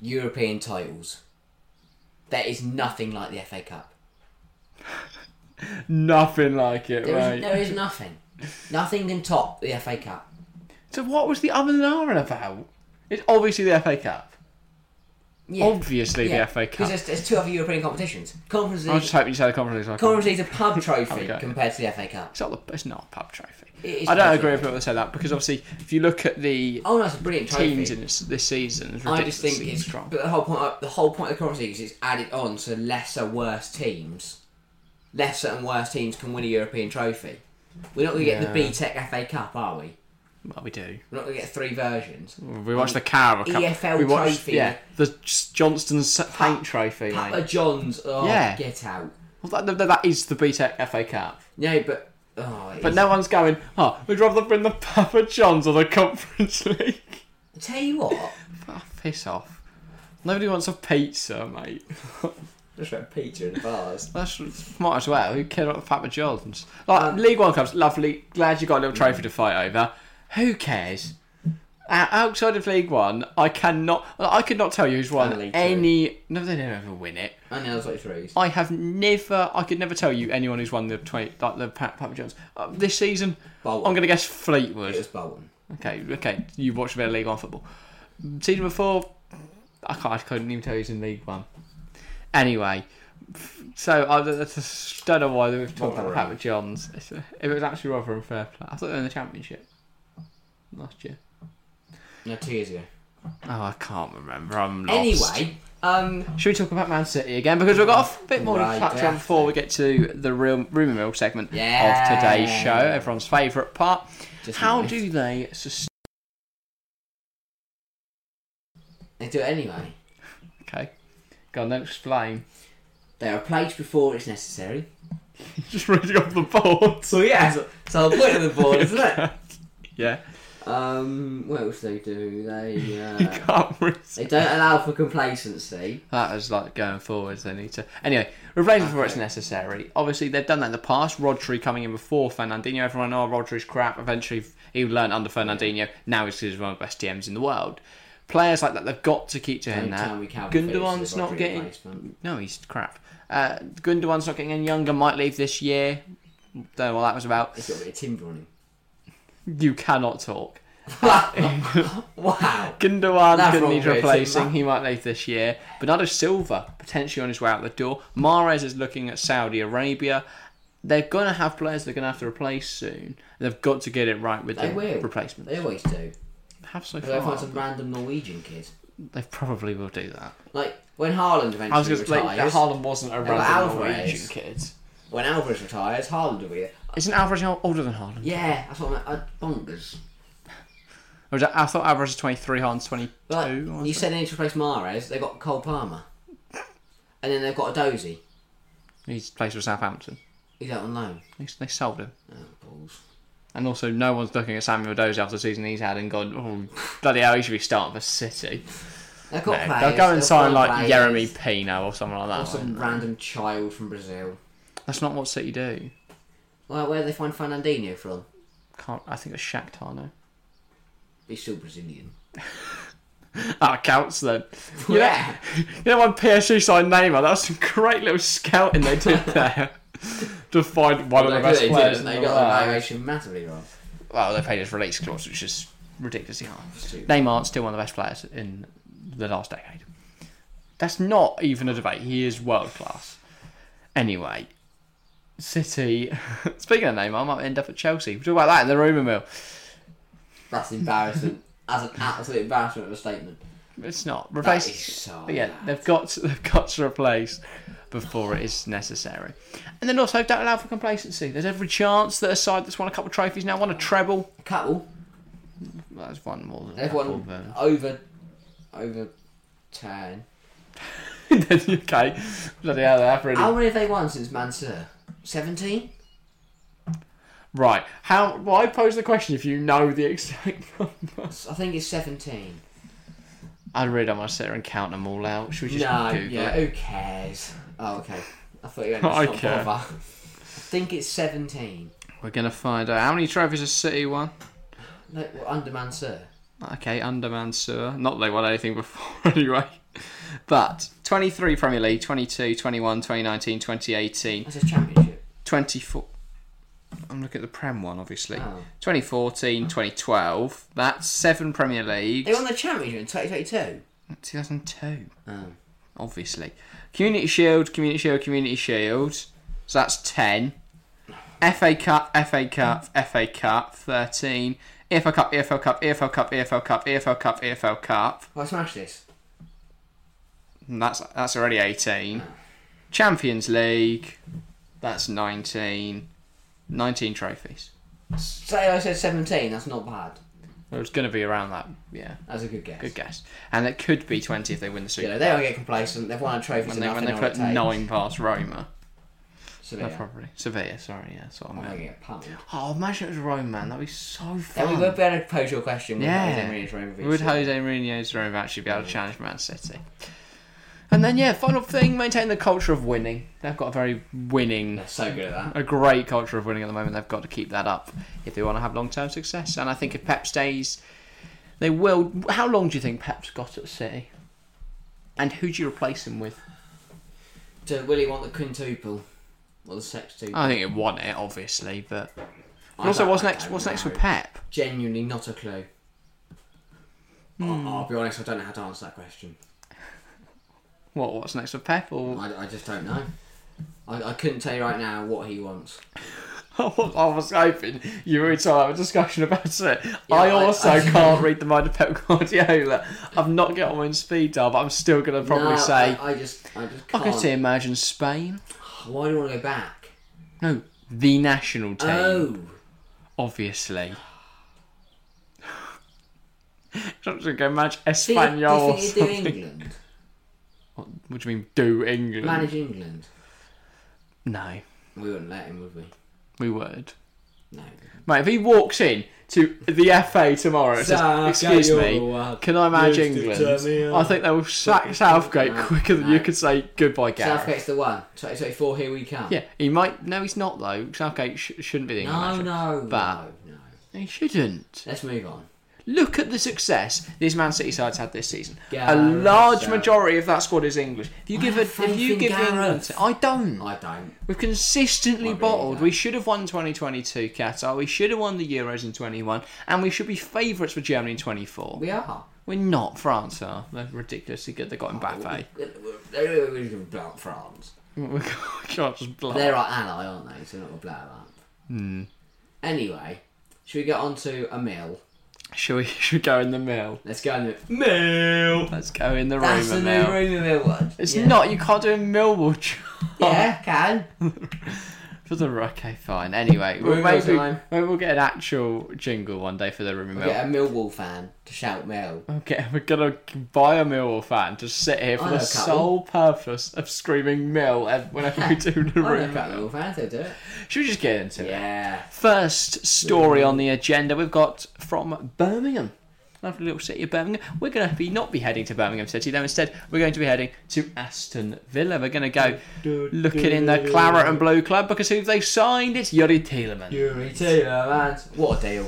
[SPEAKER 2] European titles. There is nothing like the FA Cup.
[SPEAKER 1] Nothing like it,
[SPEAKER 2] There is
[SPEAKER 1] right?
[SPEAKER 2] there is nothing. Nothing can top the FA Cup.
[SPEAKER 1] So what was the other Nara about? It's obviously the FA Cup.
[SPEAKER 2] Yeah.
[SPEAKER 1] Obviously
[SPEAKER 2] Yeah,
[SPEAKER 1] the FA
[SPEAKER 2] Because
[SPEAKER 1] Cup.
[SPEAKER 2] there's, there's two other European competitions. Conference
[SPEAKER 1] I
[SPEAKER 2] League.
[SPEAKER 1] was just hoping you said the Conference League.
[SPEAKER 2] Conference League's a pub trophy
[SPEAKER 1] go.
[SPEAKER 2] compared to the FA Cup.
[SPEAKER 1] It's not, the, it's not a pub trophy.
[SPEAKER 2] It is
[SPEAKER 1] I don't
[SPEAKER 2] pub
[SPEAKER 1] agree with
[SPEAKER 2] trophy.
[SPEAKER 1] people that say that because obviously if you look at the
[SPEAKER 2] Oh no, it's a brilliant trophy.
[SPEAKER 1] teams in this, this season, it's
[SPEAKER 2] I just think
[SPEAKER 1] ridiculously
[SPEAKER 2] it's
[SPEAKER 1] strong.
[SPEAKER 2] But the whole point, of, the whole point of the conference league is it's added on to lesser, worse teams. Lesser and worse teams can win a European trophy. We're not going to get the
[SPEAKER 1] Yeah.
[SPEAKER 2] B Tech FA Cup, are we?
[SPEAKER 1] Well, we do.
[SPEAKER 2] We're not going to get three versions.
[SPEAKER 1] We watched the Carabao Cup.
[SPEAKER 2] EFL
[SPEAKER 1] we watched,
[SPEAKER 2] E trophy.
[SPEAKER 1] Yeah, the Johnston's paint trophy, mate.
[SPEAKER 2] Papa John's, oh,
[SPEAKER 1] Yeah.
[SPEAKER 2] get out.
[SPEAKER 1] Well, that, that- that is the BTEC FA Cup.
[SPEAKER 2] No, but oh,
[SPEAKER 1] But
[SPEAKER 2] but
[SPEAKER 1] no one's going, oh, we'd rather win the Papa John's or the Conference League.
[SPEAKER 2] tell you what,
[SPEAKER 1] Oh, piss off. Nobody wants a pizza, mate.
[SPEAKER 2] just went pizza in the bars.
[SPEAKER 1] That's might as well. Who cares about the Papa John's? Like League One clubs, lovely. Glad you got a little trophy to fight over. Who cares? O- Outside of League One, I cannot. I could not tell you who's won
[SPEAKER 2] And League Two.
[SPEAKER 1] any. No, they don't ever win it.
[SPEAKER 2] And the other twenty threes.
[SPEAKER 1] I have never, I could never tell you anyone who's won the twenty like the Pa- Papa John's uh, this season.
[SPEAKER 2] Bolton.
[SPEAKER 1] I'm going to guess
[SPEAKER 2] It was
[SPEAKER 1] Fleetwood.
[SPEAKER 2] Bolton.
[SPEAKER 1] Okay, okay, you watched a bit of League One football. Season before, I can't, I couldn't even tell you who's in League One. Anyway, f- so I that's just- don't know why they were talking about
[SPEAKER 2] Rotherham.
[SPEAKER 1] Papa John's. It's, uh, it was actually rather unfair play. I thought they were in the championship last year.
[SPEAKER 2] No, two years ago.
[SPEAKER 1] Oh, I can't remember. I'm lost.
[SPEAKER 2] Anyway, um,
[SPEAKER 1] Should we talk about Man City again? Because we've got a bit more
[SPEAKER 2] Right,
[SPEAKER 1] to touch on
[SPEAKER 2] definitely.
[SPEAKER 1] before we get to the real rumour mill segment
[SPEAKER 2] Yeah.
[SPEAKER 1] of today's show, everyone's favourite part.
[SPEAKER 2] Just
[SPEAKER 1] How
[SPEAKER 2] nice.
[SPEAKER 1] do they sustain?
[SPEAKER 2] they do it anyway.
[SPEAKER 1] Okay, go on then, explain.
[SPEAKER 2] They are placed before it's necessary.
[SPEAKER 1] Just reading off the board.
[SPEAKER 2] So yeah, so, so I'll put it on the board, isn't it?
[SPEAKER 1] Yeah,
[SPEAKER 2] Um, what else they do? They
[SPEAKER 1] you
[SPEAKER 2] uh,
[SPEAKER 1] can't risk.
[SPEAKER 2] they don't allow for complacency.
[SPEAKER 1] That was like going forwards. They need to anyway replace before it's necessary. Obviously, they've done that in the past. Rodri coming in before Fernandinho. Everyone, oh, Rodri's crap. Eventually, he learned under Fernandinho. Now he's one of the best DMs in the world. Players like that, they've got to keep doing
[SPEAKER 2] Every
[SPEAKER 1] that.
[SPEAKER 2] time we count
[SPEAKER 1] Gundogan's
[SPEAKER 2] Felix's
[SPEAKER 1] not
[SPEAKER 2] Rodri
[SPEAKER 1] getting.
[SPEAKER 2] replacement.
[SPEAKER 1] No, he's crap. Uh, Gundogan's not getting any younger. Might leave this year. Don't know what that was about.
[SPEAKER 2] It's got a bit of timber on
[SPEAKER 1] You cannot talk.
[SPEAKER 2] him. wow.
[SPEAKER 1] Gundogan
[SPEAKER 2] That's
[SPEAKER 1] could
[SPEAKER 2] wrong,
[SPEAKER 1] need
[SPEAKER 2] Grayson.
[SPEAKER 1] replacing. He might leave this year. Bernardo Silva potentially on his way out the door. Mares is looking at Saudi Arabia. They're going to have players they're going to have to replace soon. They've got to get it right with
[SPEAKER 2] They
[SPEAKER 1] their
[SPEAKER 2] will.
[SPEAKER 1] replacement.
[SPEAKER 2] They always do.
[SPEAKER 1] Have so
[SPEAKER 2] They
[SPEAKER 1] far.
[SPEAKER 2] find some random Norwegian kid.
[SPEAKER 1] They probably will do that.
[SPEAKER 2] Like when Haaland eventually
[SPEAKER 1] I was going to say that
[SPEAKER 2] retires.
[SPEAKER 1] Haaland wasn't a random
[SPEAKER 2] Alvarez.
[SPEAKER 1] Norwegian kid.
[SPEAKER 2] when Alvarez retires, Haaland will be. there.
[SPEAKER 1] Isn't Alvarez older than Haaland?
[SPEAKER 2] Yeah, that's what I'm. I, bonkers.
[SPEAKER 1] Or is that, I thought Alvarez was 23, Haaland's 22.
[SPEAKER 2] Like
[SPEAKER 1] or something.
[SPEAKER 2] you said, they need to replace Mares. They got Cole Palmer, and then they've got a Dozy.
[SPEAKER 1] He's plays for Southampton.
[SPEAKER 2] He's out on loan.
[SPEAKER 1] They, they sold him.
[SPEAKER 2] Oh, balls.
[SPEAKER 1] And also, no one's looking at Samuel Doze after the season he's had and gone, oh, bloody hell, he should be starting for City. No,
[SPEAKER 2] They've got players.
[SPEAKER 1] they'll go and
[SPEAKER 2] they've
[SPEAKER 1] sign
[SPEAKER 2] got
[SPEAKER 1] like
[SPEAKER 2] players.
[SPEAKER 1] Jeremy Pino or someone like that.
[SPEAKER 2] Or some
[SPEAKER 1] won't they?
[SPEAKER 2] random child from Brazil.
[SPEAKER 1] That's not what City do.
[SPEAKER 2] Well, where do they find Fernandinho from?
[SPEAKER 1] Can't, I think it's Shakhtar now.
[SPEAKER 2] He's still Brazilian.
[SPEAKER 1] That counts then. You know-
[SPEAKER 2] Yeah.
[SPEAKER 1] You know when PSG signed Neymar, that was some great little scouting they did there to find one of the best players in
[SPEAKER 2] They
[SPEAKER 1] the
[SPEAKER 2] got the
[SPEAKER 1] world.
[SPEAKER 2] valuation massively wrong.
[SPEAKER 1] Well, they paid his release clause, which is ridiculously high.
[SPEAKER 2] Stupid.
[SPEAKER 1] Neymar still one of the best players in the last decade. That's not even a debate. He is world class. Anyway, City. Speaking of Neymar, I might end up at Chelsea. We'll talk about that in the rumour mill.
[SPEAKER 2] That's embarrassing. As an absolute embarrassment of a statement.
[SPEAKER 1] It's not
[SPEAKER 2] That
[SPEAKER 1] replace.
[SPEAKER 2] is so
[SPEAKER 1] But yeah,
[SPEAKER 2] bad.
[SPEAKER 1] they've got to, they've got to replace before it is necessary. And then also don't allow for complacency. There's every chance that a side that's won a couple of trophies now won a treble.
[SPEAKER 2] A couple.
[SPEAKER 1] Well, that's one more than a
[SPEAKER 2] They've
[SPEAKER 1] couple,
[SPEAKER 2] won over over ten.
[SPEAKER 1] but- okay, bloody hell, they're pretty.
[SPEAKER 2] How many have they won since Mansur? Seventeen?
[SPEAKER 1] Right, how? Why pose the question if you know the exact number?
[SPEAKER 2] I think it's seventeen.
[SPEAKER 1] I really don't want to sit here and count them all out. Should we just
[SPEAKER 2] no,
[SPEAKER 1] Google
[SPEAKER 2] yeah,
[SPEAKER 1] it?
[SPEAKER 2] who cares? Oh, okay. I thought you were going
[SPEAKER 1] I
[SPEAKER 2] to
[SPEAKER 1] care.
[SPEAKER 2] bother. I think it's seventeen.
[SPEAKER 1] We're gonna find out how many trophies has City won.
[SPEAKER 2] No, well, under Mansur.
[SPEAKER 1] Okay, under Mansour. Not that they won anything before, anyway. But 23 Premier League, 22, 21, 2019, 2018,
[SPEAKER 2] That's a championship.
[SPEAKER 1] 24. I'm looking at the Prem one, obviously.
[SPEAKER 2] Oh.
[SPEAKER 1] 2014, 2012. That's seven Premier Leagues.
[SPEAKER 2] They won the championship in twenty twenty two.
[SPEAKER 1] 2002,
[SPEAKER 2] Um,
[SPEAKER 1] obviously. Community Shield, Community Shield, Community Shield. So that's 10. FA Cup, FA Cup, FA Cup, 13. EFL Cup, EFL Cup, EFL Cup, EFL Cup, EFL Cup, EFL Cup.
[SPEAKER 2] I smashed this.
[SPEAKER 1] And that's that's already 18. Champions League, that's 19. 19 trophies.
[SPEAKER 2] Say I said seventeen. That's not bad.
[SPEAKER 1] Well, it's going to be around that, yeah.
[SPEAKER 2] That's a good guess.
[SPEAKER 1] Good guess. And it could be 20 if they win the
[SPEAKER 2] You
[SPEAKER 1] Super
[SPEAKER 2] know, they don't get complacent. They've won a trophy.
[SPEAKER 1] Cup when
[SPEAKER 2] so
[SPEAKER 1] they,
[SPEAKER 2] nothing
[SPEAKER 1] when they
[SPEAKER 2] on the
[SPEAKER 1] put
[SPEAKER 2] table.
[SPEAKER 1] nine past Roma.
[SPEAKER 2] So,
[SPEAKER 1] Yeah.
[SPEAKER 2] yeah. Oh,
[SPEAKER 1] Probably. Sevilla, sorry, yeah, that's what I
[SPEAKER 2] I'm
[SPEAKER 1] meant.
[SPEAKER 2] gonna get pumped.
[SPEAKER 1] Oh, imagine it was Roma, man. That'd be so
[SPEAKER 2] Then we
[SPEAKER 1] fun.
[SPEAKER 2] would be able to pose your question.
[SPEAKER 1] yeah. Would Jose Mourinho's Roma actually be able to challenge Man City? And then, yeah, final thing, maintain the culture of winning. They've got a very winning
[SPEAKER 2] They're so good at that.
[SPEAKER 1] a great culture of winning at the moment. They've got to keep that up if they want to have long term success. And I think if Pep stays, they will. How long do you think Pep's got at City? And who do you replace him with?
[SPEAKER 2] So will he want the quintuple or the sextuple?
[SPEAKER 1] I think it won it, obviously, but
[SPEAKER 2] I
[SPEAKER 1] also
[SPEAKER 2] don't-
[SPEAKER 1] Uh, what's
[SPEAKER 2] I
[SPEAKER 1] next?
[SPEAKER 2] don't
[SPEAKER 1] What's next for
[SPEAKER 2] know.
[SPEAKER 1] Pep?
[SPEAKER 2] Genuinely, not a clue. I-
[SPEAKER 1] Hmm.
[SPEAKER 2] I'll be honest. I don't know how to answer that question.
[SPEAKER 1] What? What's next for Pep? Or
[SPEAKER 2] I, I just don't know. I, I couldn't tell you right now what he wants.
[SPEAKER 1] I was hoping you were to have a discussion about it. I
[SPEAKER 2] I-
[SPEAKER 1] also
[SPEAKER 2] I-
[SPEAKER 1] can't read the mind of Pep Guardiola. I've not got on speed dial, but I'm still going to probably
[SPEAKER 2] No,
[SPEAKER 1] say
[SPEAKER 2] I, I just, I just
[SPEAKER 1] I
[SPEAKER 2] can't.
[SPEAKER 1] could see imagine Spain.
[SPEAKER 2] Why do you want to go back?
[SPEAKER 1] No, the national team.
[SPEAKER 2] Oh,
[SPEAKER 1] obviously. I'm just gonna go match
[SPEAKER 2] do you, do
[SPEAKER 1] Espanol
[SPEAKER 2] you
[SPEAKER 1] or
[SPEAKER 2] think he'd do
[SPEAKER 1] something.
[SPEAKER 2] England?
[SPEAKER 1] What, what do you mean, do England?
[SPEAKER 2] Manage England?
[SPEAKER 1] No,
[SPEAKER 2] We wouldn't let him, would we?
[SPEAKER 1] we would.
[SPEAKER 2] No.
[SPEAKER 1] Mate, if he walks in to the FA tomorrow and
[SPEAKER 2] Southgate,
[SPEAKER 1] says, "Excuse
[SPEAKER 2] you're
[SPEAKER 1] me,
[SPEAKER 2] up.
[SPEAKER 1] can I manage
[SPEAKER 2] Used to turn
[SPEAKER 1] England?"
[SPEAKER 2] me
[SPEAKER 1] I
[SPEAKER 2] up.
[SPEAKER 1] think they will sack Southgate
[SPEAKER 2] No,
[SPEAKER 1] quicker than you
[SPEAKER 2] no.
[SPEAKER 1] could say goodbye, Gareth.
[SPEAKER 2] Southgate's the one. 2024, here we come.
[SPEAKER 1] Yeah, he might. No, he's not though. Southgate sh- shouldn't be the England
[SPEAKER 2] No,
[SPEAKER 1] manager.
[SPEAKER 2] no,
[SPEAKER 1] But-
[SPEAKER 2] no, no.
[SPEAKER 1] He shouldn't.
[SPEAKER 2] Let's move on.
[SPEAKER 1] Look at the success these Man City sides had this season. a
[SPEAKER 2] Gareth
[SPEAKER 1] large
[SPEAKER 2] Southgate.
[SPEAKER 1] majority of that squad is English. If you give
[SPEAKER 2] have
[SPEAKER 1] a, if
[SPEAKER 2] faith
[SPEAKER 1] you
[SPEAKER 2] in
[SPEAKER 1] give England,
[SPEAKER 2] Gareth.
[SPEAKER 1] I don't.
[SPEAKER 2] I don't.
[SPEAKER 1] We've consistently
[SPEAKER 2] I really
[SPEAKER 1] bottled.
[SPEAKER 2] don't.
[SPEAKER 1] We should have won 2022 Qatar. We should have won the Euros in 21, and we should be favourites for Germany in 24.
[SPEAKER 2] We are.
[SPEAKER 1] We're not. France are. They're ridiculously good. They got Mbappe.
[SPEAKER 2] We're- we're- we're gonna blow up France.
[SPEAKER 1] we can't just blow.
[SPEAKER 2] Oh. They're our ally, aren't they? So they're not going to blow them up.
[SPEAKER 1] Hmm.
[SPEAKER 2] Anyway, should we get on to a mill?
[SPEAKER 1] Should we? Should we go in the mill?
[SPEAKER 2] Let's go in the mill.
[SPEAKER 1] Let's go in the
[SPEAKER 2] That's
[SPEAKER 1] rumour
[SPEAKER 2] the
[SPEAKER 1] mill.
[SPEAKER 2] new rumour mill one.
[SPEAKER 1] It's
[SPEAKER 2] Yeah.
[SPEAKER 1] not. You can't do a Millwall job.
[SPEAKER 2] Yeah, can.
[SPEAKER 1] For the okay, fine. Anyway, we'll
[SPEAKER 2] Rumour
[SPEAKER 1] maybe,
[SPEAKER 2] time.
[SPEAKER 1] maybe we'll get an actual jingle one day for the rumour mill.
[SPEAKER 2] Get a Millwall fan to shout mill.
[SPEAKER 1] Okay, we're gonna buy a Millwall fan to sit here for
[SPEAKER 2] I
[SPEAKER 1] the
[SPEAKER 2] know a
[SPEAKER 1] sole
[SPEAKER 2] couple.
[SPEAKER 1] purpose of screaming Mill ev- whenever we do the
[SPEAKER 2] I know a couple
[SPEAKER 1] room.
[SPEAKER 2] of Millwall fans who'll do it.
[SPEAKER 1] Should we just get into it?
[SPEAKER 2] Yeah.
[SPEAKER 1] First story on the agenda we've got from Birmingham. Lovely little city of Birmingham. We're going to be not be heading to Birmingham City though. Instead, we're going to be heading to Aston Villa. We're going to go looking in the claret and blue club because who have they signed? It's Yuri Tielemans.
[SPEAKER 2] Yuri Tielemans. What a deal.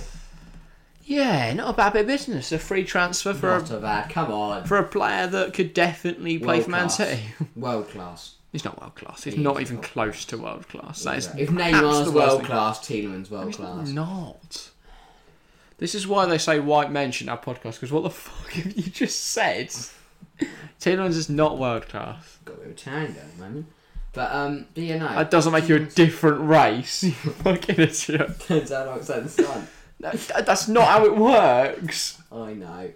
[SPEAKER 1] Yeah, not a bad bit of business. A free transfer for a,
[SPEAKER 2] Not a bad. Come on.
[SPEAKER 1] for a player that could definitely play
[SPEAKER 2] World
[SPEAKER 1] for Man
[SPEAKER 2] class.
[SPEAKER 1] City.
[SPEAKER 2] World class.
[SPEAKER 1] He's not world class. He's not even close to world class. That is
[SPEAKER 2] If
[SPEAKER 1] perhaps
[SPEAKER 2] Neymar's
[SPEAKER 1] the worst
[SPEAKER 2] world
[SPEAKER 1] thing.
[SPEAKER 2] class, Tielemans world
[SPEAKER 1] He's
[SPEAKER 2] class.
[SPEAKER 1] not. This is why they say white men should have podcasts, because what the fuck have you just said? Tielemans is not world class.
[SPEAKER 2] Got a bit of a tan down, man. But um, but yeah, no.
[SPEAKER 1] That doesn't make you a different race. You fucking idiot.
[SPEAKER 2] Turns out I'm the sun.
[SPEAKER 1] No, th- That's not how it works.
[SPEAKER 2] I know.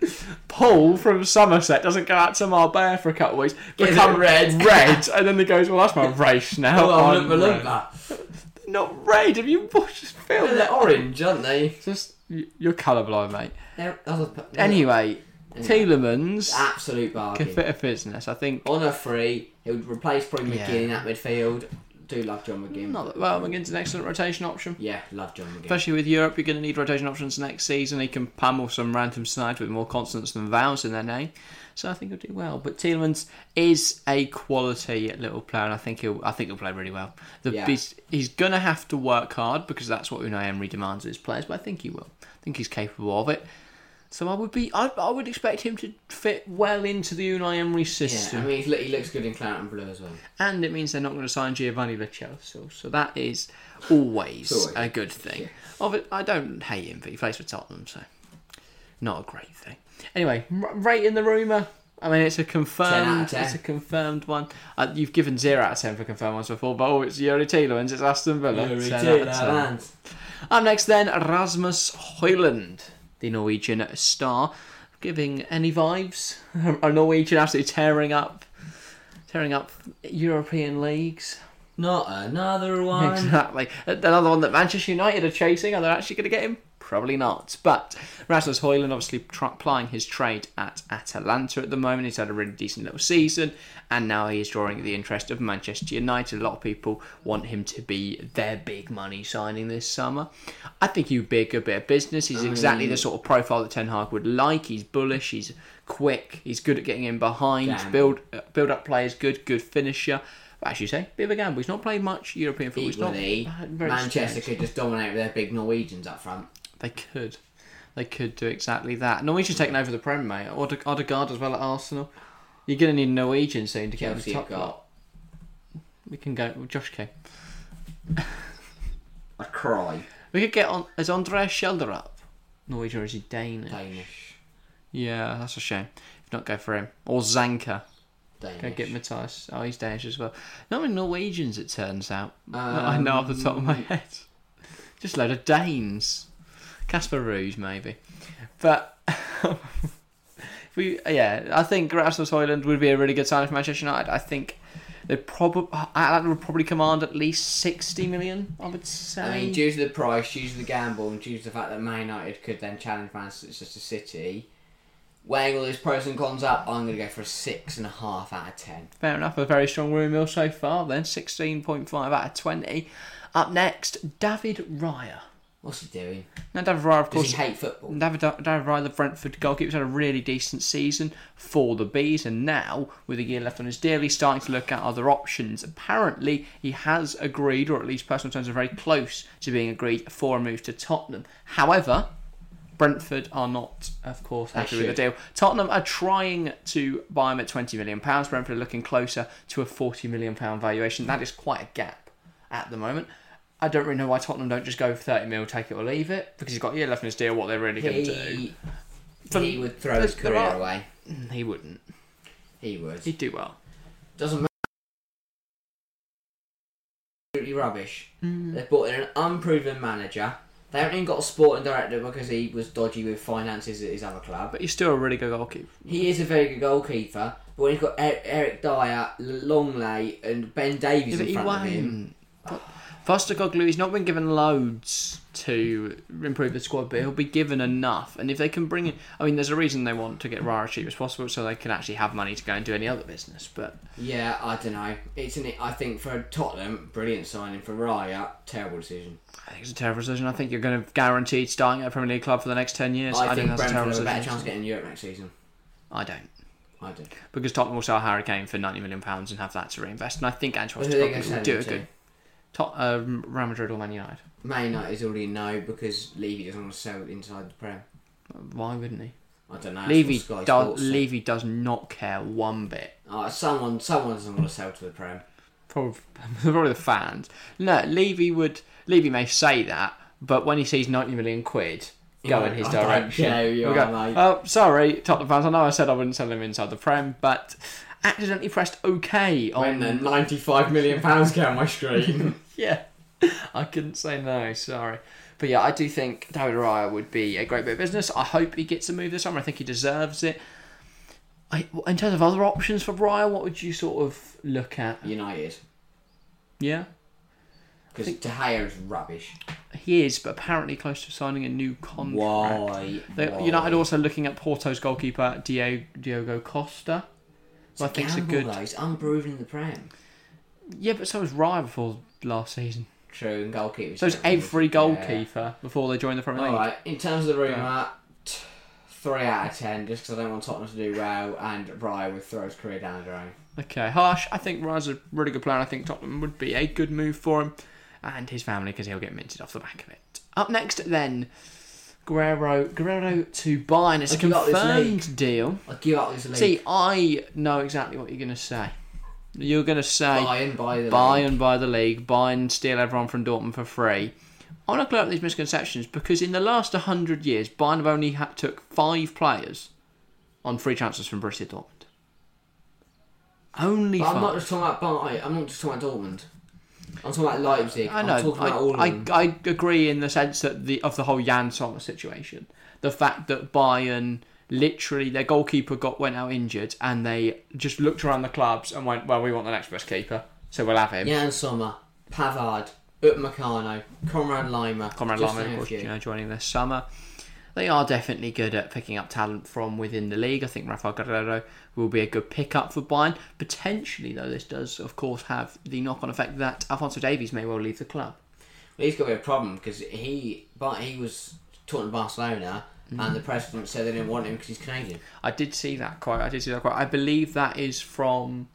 [SPEAKER 1] Paul from Somerset doesn't go out to Marbella for a couple of weeks,
[SPEAKER 2] Get
[SPEAKER 1] become
[SPEAKER 2] it red.
[SPEAKER 1] red, and then he goes, "Well, that's my race now."
[SPEAKER 2] Oh,
[SPEAKER 1] I'm
[SPEAKER 2] I'm
[SPEAKER 1] red."
[SPEAKER 2] Malumba.
[SPEAKER 1] Not red. Have you watched this film?
[SPEAKER 2] They're orange, aren't they?
[SPEAKER 1] Just y- you're colourblind, mate.
[SPEAKER 2] They're, other,
[SPEAKER 1] Anyway,
[SPEAKER 2] Anyway. Ah,
[SPEAKER 1] Tielemans
[SPEAKER 2] absolute
[SPEAKER 1] can
[SPEAKER 2] bargain.
[SPEAKER 1] fit a business. I think.
[SPEAKER 2] on a free. It would replace probably
[SPEAKER 1] Yeah.
[SPEAKER 2] McGinn in that midfield. Do love John McGinn.
[SPEAKER 1] Not that, well, McGinn's an excellent rotation option.
[SPEAKER 2] Yeah, love John McGinn.
[SPEAKER 1] Especially with Europe, you're going to need rotation options next season. He can pummel some random sides with more consonants than vowels in their name. So I think he'll do well. But Tielemans is a quality little player, and I think he'll I think he'll play really well. The
[SPEAKER 2] Yeah.
[SPEAKER 1] he's, he's going to have to work hard because that's what Unai Emery demands of his players. But I think he will. I think he's capable of it. So I would be I, I would expect him to fit well into the Unai Emery
[SPEAKER 2] yeah,
[SPEAKER 1] system.
[SPEAKER 2] I mean, he lo- he looks good in claret and blue as well.
[SPEAKER 1] and it means they're not going to sign Giovanni Lo Celso. So that is always
[SPEAKER 2] It's always-
[SPEAKER 1] a good thing. Of it, I don't hate him, but he plays for Tottenham, so not a great thing. Anyway, r- rating the rumor. I mean, it's a
[SPEAKER 2] out
[SPEAKER 1] confirmed.
[SPEAKER 2] of 10.
[SPEAKER 1] It's a confirmed one. Uh, you've given zero out of ten for confirmed ones before, but oh, it's Yuri Tielemans, it's Aston Villa. 10 out of 10. Up next, then, Rasmus Højlund, the Norwegian star, giving any vibes? A Norwegian absolutely tearing up, tearing up European leagues.
[SPEAKER 2] Not another one.
[SPEAKER 1] Exactly. Another one that Manchester United are chasing. Are they actually going to get him? Probably not. But Rasmus Højlund obviously tr- plying his trade at Atalanta at the moment. He's had a really decent little season, and now he is drawing the interest of Manchester United. A lot of people want him to be their big money signing this summer. I think he'd be a good bit of business. He's exactly the sort of profile that Ten Hag would like. He's bullish. He's quick. He's good at getting in behind.
[SPEAKER 2] Gamble.
[SPEAKER 1] Build uh, build up players. Good good finisher. But as you say, bit of a gamble. He's not played much European football. He's not
[SPEAKER 2] Equally,
[SPEAKER 1] very
[SPEAKER 2] Manchester
[SPEAKER 1] experienced.
[SPEAKER 2] could just dominate with their big Norwegians up front.
[SPEAKER 1] They could, they could do exactly that. Norwegian's taking over the Prem, mate. Ode- Odegaard as well at Arsenal. You're going to need Norwegian soon to get over the top
[SPEAKER 2] Chelsea have
[SPEAKER 1] lot.
[SPEAKER 2] got
[SPEAKER 1] We can go. Well, Josh King.
[SPEAKER 2] a cry.
[SPEAKER 1] We could get on. Is Andreas Schelder up? Norwegian or is he Danish?
[SPEAKER 2] Danish.
[SPEAKER 1] Yeah, that's a shame. If not, go for him or Zanka.
[SPEAKER 2] Danish.
[SPEAKER 1] Go get Matthias. Oh, he's Danish as well. Not many Norwegians, it turns out. that
[SPEAKER 2] Um,
[SPEAKER 1] I know off the top of my head. Just a load of Danes. Casper Ruud, maybe. But we, yeah, I think Rasmus Hoyland would be a really good signing for Manchester United. I think they probably Atlanta would probably command at least sixty million. I would say.
[SPEAKER 2] I mean, due to the price, due to the gamble, and due to the fact that Man United could then challenge Manchester City, weighing all those pros and cons up, I'm going to go for a six and a half out of ten.
[SPEAKER 1] Fair enough, a very strong room mill so far. Then sixteen point five out of twenty. Up next, David Raya.
[SPEAKER 2] What's he doing?
[SPEAKER 1] Now, David Raya, of
[SPEAKER 2] Does
[SPEAKER 1] course,
[SPEAKER 2] he hate football?
[SPEAKER 1] David, David Ryan, the Brentford goalkeeper's had a really decent season for the Bees, and now, with a year left on his deal, he's starting to look at other options. Apparently, he has agreed, or at least personal terms are very close to being agreed, for a move to Tottenham. However, Brentford are not, of course, happy with the
[SPEAKER 2] should.
[SPEAKER 1] deal. Tottenham are trying to buy him at £20 million. Brentford are looking closer to a £40 million valuation. That is quite a gap at the moment. I don't really know why Tottenham don't just go for 30 mil, take it or leave it, because he's got a year left in his deal, what they're really going to do.
[SPEAKER 2] He, he would throw his
[SPEAKER 1] There
[SPEAKER 2] career
[SPEAKER 1] are-
[SPEAKER 2] away.
[SPEAKER 1] Mm, He wouldn't.
[SPEAKER 2] He would.
[SPEAKER 1] He'd do well.
[SPEAKER 2] Doesn't matter. Absolutely rubbish. They've brought in an unproven manager. They haven't even got a sporting director because he was dodgy with finances at his other club.
[SPEAKER 1] But he's still a really good goalkeeper.
[SPEAKER 2] He is a very good goalkeeper, but when he's got er- Eric Dyer, Longley, and Ben Davies
[SPEAKER 1] Yeah, but
[SPEAKER 2] in
[SPEAKER 1] he
[SPEAKER 2] front of him,
[SPEAKER 1] won't. Foster Coglu, he's not been given loads to improve the squad, but he'll be given enough. And if they can bring in, I mean, there's a reason they want to get Rara as cheap as possible, so they can actually have money to go and do any other business. But
[SPEAKER 2] yeah, I don't know. It's an I think for Tottenham, brilliant signing for Raya, terrible decision.
[SPEAKER 1] I think it's a terrible decision. I think you're going to guaranteed starting at a Premier League club for the next ten years.
[SPEAKER 2] I, think
[SPEAKER 1] that's a
[SPEAKER 2] Brentford
[SPEAKER 1] terrible
[SPEAKER 2] have a better
[SPEAKER 1] decision.
[SPEAKER 2] chance of getting Europe next season.
[SPEAKER 1] I don't.
[SPEAKER 2] I do.
[SPEAKER 1] because Tottenham will sell Harry Kane for ninety million pounds and have that to reinvest. And I think Ange
[SPEAKER 2] Who are they going
[SPEAKER 1] Postecoglou
[SPEAKER 2] to
[SPEAKER 1] will
[SPEAKER 2] do
[SPEAKER 1] do a good. Tot- um, Real Madrid or Man United.
[SPEAKER 2] Man United is already no because Levy doesn't want to sell inside the Prem.
[SPEAKER 1] Why wouldn't he?
[SPEAKER 2] I don't know. that's
[SPEAKER 1] Levy
[SPEAKER 2] what Sky
[SPEAKER 1] does.
[SPEAKER 2] Sports said.
[SPEAKER 1] Levy does not care one bit.
[SPEAKER 2] Oh, someone, someone doesn't want to sell to the Prem.
[SPEAKER 1] Probably, probably the fans. No, Levy would. Levy may say that, but when he sees ninety million quid go in his
[SPEAKER 2] I Don't
[SPEAKER 1] direction.
[SPEAKER 2] care who you
[SPEAKER 1] We
[SPEAKER 2] are,
[SPEAKER 1] go,
[SPEAKER 2] mate.
[SPEAKER 1] Oh, sorry, Tottenham fans. I know I said I wouldn't sell him inside the prem, but accidentally pressed OK
[SPEAKER 2] when
[SPEAKER 1] on.
[SPEAKER 2] the ninety-five million pounds came on my screen.
[SPEAKER 1] Yeah, I couldn't say no. Sorry, but yeah, I do think David Raya would be a great bit of business. I hope he gets a move this summer. I think he deserves it. I, in terms of other options for Raya, what would you sort of look at?
[SPEAKER 2] United,
[SPEAKER 1] Yeah,
[SPEAKER 2] because De Gea is rubbish.
[SPEAKER 1] he is, but apparently close to signing a new contract.
[SPEAKER 2] Why?
[SPEAKER 1] They,
[SPEAKER 2] Why?
[SPEAKER 1] United also looking at Porto's goalkeeper Diogo, Diogo Costa. So I think it's a
[SPEAKER 2] Gamble,
[SPEAKER 1] good.
[SPEAKER 2] Though. It's unproven in the Prem.
[SPEAKER 1] Yeah, but so was Raya before last season.
[SPEAKER 2] True, and goalkeepers.
[SPEAKER 1] So it's
[SPEAKER 2] don't
[SPEAKER 1] every
[SPEAKER 2] really care.
[SPEAKER 1] goalkeeper before they joined the Premier League.
[SPEAKER 2] All right. In terms of the rumour, t- three out of ten, just because I don't want Tottenham to do well, and Raya would throw his career down the drain.
[SPEAKER 1] Okay, Harsh. I think Ryan's a really good player. and I think Tottenham would be a good move for him and his family because he'll get minted off the back of it. Up next, then Guerrero, Guerrero to Bayern. It's a
[SPEAKER 2] Have you got this
[SPEAKER 1] confirmed deal.
[SPEAKER 2] I give up this league.
[SPEAKER 1] See, I know exactly what you're going to say. You're going to say
[SPEAKER 2] Bayern by the league.
[SPEAKER 1] Bayern by the league, Bayern steal everyone from Dortmund for free. I want to clear up these misconceptions because in the last 100 years, Bayern have only ha- took five players on free transfers from Borussia Dortmund. Only
[SPEAKER 2] But I'm not
[SPEAKER 1] five.
[SPEAKER 2] just talking about Bayern. I'm not just talking about Dortmund. I'm talking about Leipzig.
[SPEAKER 1] I
[SPEAKER 2] I'm
[SPEAKER 1] know.
[SPEAKER 2] talking about all of
[SPEAKER 1] I, I,
[SPEAKER 2] them.
[SPEAKER 1] I agree in the sense that the of the whole Jan Sommer situation, the fact that Bayern literally their goalkeeper got went out injured and they just looked around the clubs and went, well, we want the next best keeper, so we'll have him.
[SPEAKER 2] Jan Sommer, Pavard, Upmecano, Conrad Lima.
[SPEAKER 1] Comrade
[SPEAKER 2] just
[SPEAKER 1] Lama,
[SPEAKER 2] to
[SPEAKER 1] of
[SPEAKER 2] name a
[SPEAKER 1] course,
[SPEAKER 2] few.
[SPEAKER 1] you know, joining this summer. They are definitely good at picking up talent from within the league. I think Rafael Guerrero will be a good pickup for Bayern. Potentially, though, this does, of course, have the knock-on effect that Alfonso Davies may well leave the club.
[SPEAKER 2] He's got a bit of a problem because he, but he was taught in Barcelona,
[SPEAKER 1] Mm.
[SPEAKER 2] and the president said they didn't want him because he's Canadian.
[SPEAKER 1] I did see that quote. I did see that quote. I believe that is from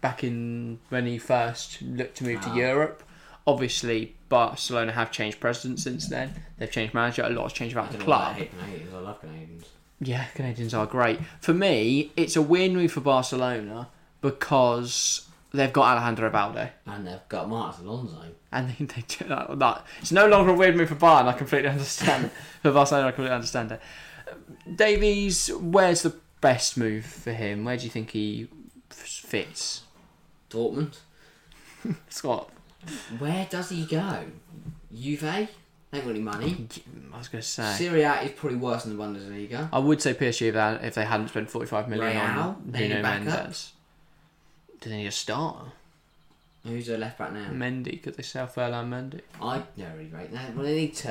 [SPEAKER 1] back in when he first looked to move to Europe. Obviously, Barcelona have changed president since then. They've changed manager. A lot has changed about
[SPEAKER 2] I
[SPEAKER 1] the
[SPEAKER 2] don't know why I
[SPEAKER 1] club.
[SPEAKER 2] hate Canadians. I love Canadians.
[SPEAKER 1] Yeah, Canadians are great. For me, it's a win move for Barcelona because they've got Alejandro Valde.
[SPEAKER 2] And they've got Marcus Alonso.
[SPEAKER 1] And they, they do that, that. It's no longer a weird move for Bayern. I completely understand. for Barcelona, I completely understand it. Davies, where's the best move for him? Where do you think he f- fits?
[SPEAKER 2] Dortmund.
[SPEAKER 1] Scott,
[SPEAKER 2] Where does he go? Juve? Ain't got any money.
[SPEAKER 1] I was going to say.
[SPEAKER 2] Serie A is probably worse than the Bundesliga.
[SPEAKER 1] I would say PSG if they- if they hadn't spent 45 million
[SPEAKER 2] Real,
[SPEAKER 1] on
[SPEAKER 2] they need
[SPEAKER 1] Nuno
[SPEAKER 2] a backup.
[SPEAKER 1] Mendes. Do they need a starter?
[SPEAKER 2] Who's their left back now?
[SPEAKER 1] Mendy, could they sell Furlan Mendy?
[SPEAKER 2] I don't really rate that. Well, they need two.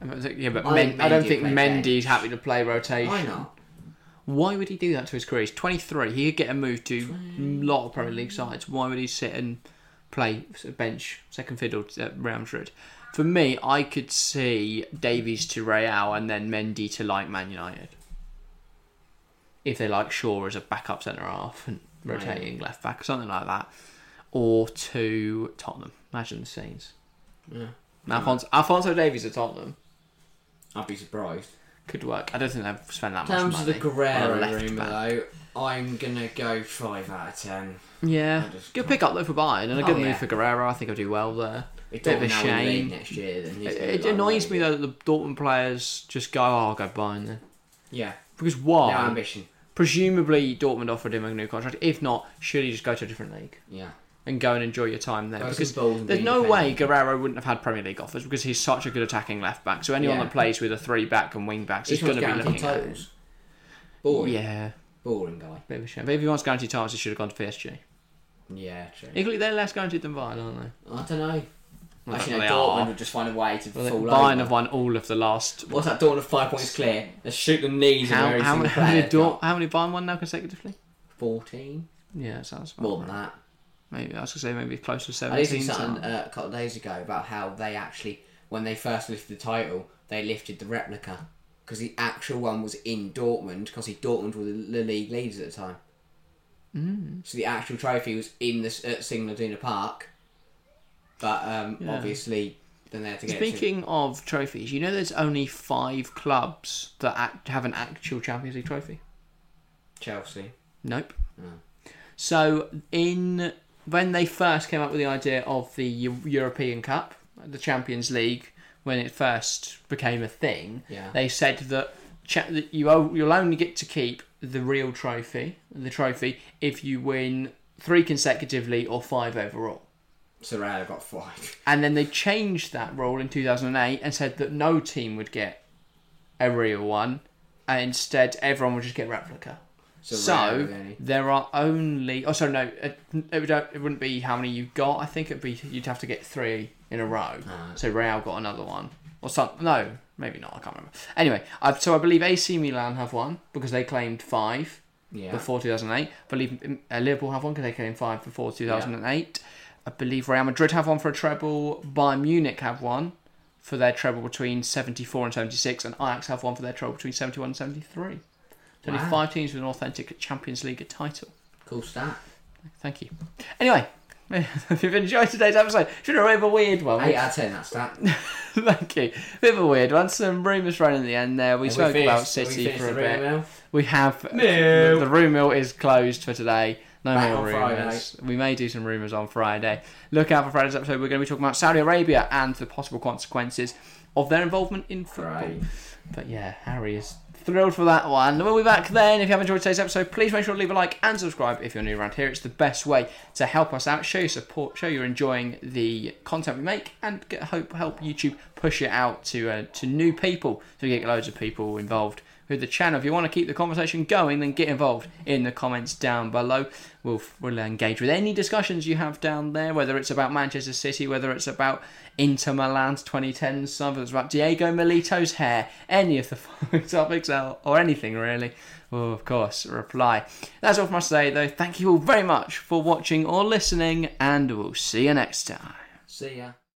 [SPEAKER 1] I mean, it's- Yeah, but
[SPEAKER 2] I think
[SPEAKER 1] Men- I don't
[SPEAKER 2] Mendy
[SPEAKER 1] think
[SPEAKER 2] would play
[SPEAKER 1] Mendy's
[SPEAKER 2] bench.
[SPEAKER 1] happy to play rotation.
[SPEAKER 2] Why not?
[SPEAKER 1] Why would he do that to his career? He's 23. He could get a move to a lot of Premier League sides. Why would he sit and play s- bench, second fiddle at Real Madrid? For me, I could see Davies to Real and then Mendy to like Man United. If they like Shaw as a backup centre half and rotating left back, something like that. Or to Tottenham. Imagine the scenes.
[SPEAKER 2] Yeah.
[SPEAKER 1] Alfonso, Alfonso Davies at Tottenham
[SPEAKER 2] I'd be surprised.
[SPEAKER 1] could work. I don't think they've spent that
[SPEAKER 2] In
[SPEAKER 1] much money.
[SPEAKER 2] terms of the
[SPEAKER 1] on a
[SPEAKER 2] Guerrero
[SPEAKER 1] left
[SPEAKER 2] rumour,
[SPEAKER 1] back.
[SPEAKER 2] though, I'm gonna go five out of ten.
[SPEAKER 1] Yeah,
[SPEAKER 2] I just
[SPEAKER 1] good
[SPEAKER 2] can't-
[SPEAKER 1] pick up though for Bayern and a
[SPEAKER 2] Oh,
[SPEAKER 1] good move
[SPEAKER 2] yeah.
[SPEAKER 1] for Guerrero. I think he'll do well there.
[SPEAKER 2] If
[SPEAKER 1] Bit of a
[SPEAKER 2] Dortmund now win the league
[SPEAKER 1] shame.
[SPEAKER 2] next year. Then he's
[SPEAKER 1] It,
[SPEAKER 2] gonna
[SPEAKER 1] it
[SPEAKER 2] be like,
[SPEAKER 1] annoys
[SPEAKER 2] "Oh,
[SPEAKER 1] me though that the Dortmund players just go, "Oh, I'll go Bayern then,"
[SPEAKER 2] Yeah,
[SPEAKER 1] because
[SPEAKER 2] no
[SPEAKER 1] why?
[SPEAKER 2] ambition.
[SPEAKER 1] Presumably Dortmund offered him a new contract. If not, should he just go to a different league
[SPEAKER 2] Yeah,
[SPEAKER 1] and go and enjoy your time there?
[SPEAKER 2] Go to
[SPEAKER 1] because
[SPEAKER 2] the Bulls and
[SPEAKER 1] there's
[SPEAKER 2] be
[SPEAKER 1] no way
[SPEAKER 2] independent.
[SPEAKER 1] Guerrero wouldn't have had Premier League offers because he's such a good attacking left back. So anyone
[SPEAKER 2] Yeah.
[SPEAKER 1] that plays with a three back and wing backs is
[SPEAKER 2] he's
[SPEAKER 1] going
[SPEAKER 2] got
[SPEAKER 1] to be
[SPEAKER 2] guaranteed
[SPEAKER 1] looking at. him.
[SPEAKER 2] titles. Boring,
[SPEAKER 1] Yeah,
[SPEAKER 2] boring guy.
[SPEAKER 1] bit of a shame. But if he wants guaranteed titles, he should have gone to PSG.
[SPEAKER 2] Yeah, true.
[SPEAKER 1] Equally, they're less guaranteed than Bayern, aren't they?
[SPEAKER 2] I don't know.
[SPEAKER 1] Well,
[SPEAKER 2] Actually, no,
[SPEAKER 1] they
[SPEAKER 2] Dortmund
[SPEAKER 1] are.
[SPEAKER 2] would just find a way to
[SPEAKER 1] Well,
[SPEAKER 2] fall
[SPEAKER 1] Bayern
[SPEAKER 2] over.
[SPEAKER 1] have won all of the last
[SPEAKER 2] What's that? Dortmund have five points clear. They shoot the knees.
[SPEAKER 1] How,
[SPEAKER 2] in
[SPEAKER 1] how, many-
[SPEAKER 2] every
[SPEAKER 1] how many
[SPEAKER 2] single player.
[SPEAKER 1] Dor- how many Bayern won now consecutively?
[SPEAKER 2] Fourteen.
[SPEAKER 1] Yeah, that sounds about
[SPEAKER 2] More than
[SPEAKER 1] right.
[SPEAKER 2] that.
[SPEAKER 1] Maybe I was gonna say maybe close to
[SPEAKER 2] I did see
[SPEAKER 1] seventeen.
[SPEAKER 2] something
[SPEAKER 1] something.
[SPEAKER 2] uh, a couple of days ago about how they actually, when they first lifted the title, they lifted the replica because the actual one was in Dortmund because Dortmund were the, the league leaders at the time. Mm. So the actual trophy was in this at Singladina Park, but um,
[SPEAKER 1] Yeah.
[SPEAKER 2] obviously then they had to get it.
[SPEAKER 1] Speaking of trophies, you know there's only five clubs that act, have an actual Champions League trophy.
[SPEAKER 2] to Chelsea.
[SPEAKER 1] Nope.
[SPEAKER 2] No.
[SPEAKER 1] So in when they first came up with the idea of the Eu- European Cup, the Champions League when it first became a thing,
[SPEAKER 2] Yeah.
[SPEAKER 1] they said that, cha- that you o- you'll only get to keep the real trophy, the trophy, if you win three consecutively or five overall.
[SPEAKER 2] Serrano got five.
[SPEAKER 1] And then they changed that rule in 2008 and said that no team would get a real one, and instead everyone would just get replica.
[SPEAKER 2] Serrano
[SPEAKER 1] so
[SPEAKER 2] only.
[SPEAKER 1] there are only. Oh, sorry, no, it, it, would, it wouldn't be how many you got. I think it'd be you'd have to get three in a row. So Real got another one, or some. No, maybe not. I can't remember. Anyway, I, so I believe AC Milan have one because they claimed five
[SPEAKER 2] Yeah.
[SPEAKER 1] before 2008. I believe uh, Liverpool have one because they came in five before 2008. I believe Real Madrid have one for a treble. Bayern Munich have one for their treble between 74 and 76, and Ajax have one for their treble between 71 and 73. There's only
[SPEAKER 2] Wow.
[SPEAKER 1] five teams with an authentic Champions League title.
[SPEAKER 2] Cool stat.
[SPEAKER 1] Thank you. Anyway. if you've enjoyed today's episode, should have been a weird one.
[SPEAKER 2] Eight out of ten. That stat.
[SPEAKER 1] Thank you. Bit of a weird one. Some rumours running in the end there. We
[SPEAKER 2] Have
[SPEAKER 1] spoke
[SPEAKER 2] finished-
[SPEAKER 1] about
[SPEAKER 2] have we
[SPEAKER 1] City
[SPEAKER 2] finished
[SPEAKER 1] for a
[SPEAKER 2] the
[SPEAKER 1] bit.
[SPEAKER 2] rumour mill?
[SPEAKER 1] We have
[SPEAKER 2] No.
[SPEAKER 1] the, the room mill is closed for today. No
[SPEAKER 2] Back
[SPEAKER 1] more
[SPEAKER 2] on Friday.
[SPEAKER 1] rumours. We may do some rumours on Friday. Look out for Friday's episode. We're going to be talking about Saudi Arabia and the possible consequences of their involvement in football.
[SPEAKER 2] Great.
[SPEAKER 1] But yeah, Harry is thrilled for that one. We'll be back then. If you have enjoyed today's episode, please make sure to leave a like and subscribe if you're new around here. It's the best way to help us out, show your support, show you're enjoying the content we make, and get, hope help YouTube push it out to uh, to new people so we get loads of people involved with the channel. If you want to keep the conversation going, then get involved in the comments down below. We'll, we'll engage with any discussions you have down there, whether it's about Manchester City, whether it's about Inter Milan's 2010 stuff, whether it's about Diego Milito's hair, any of the following topics, or, or anything really. We'll, of course, reply. That's all from us today, though. Thank you all very much for watching or listening, and we'll see you next time.
[SPEAKER 2] See ya.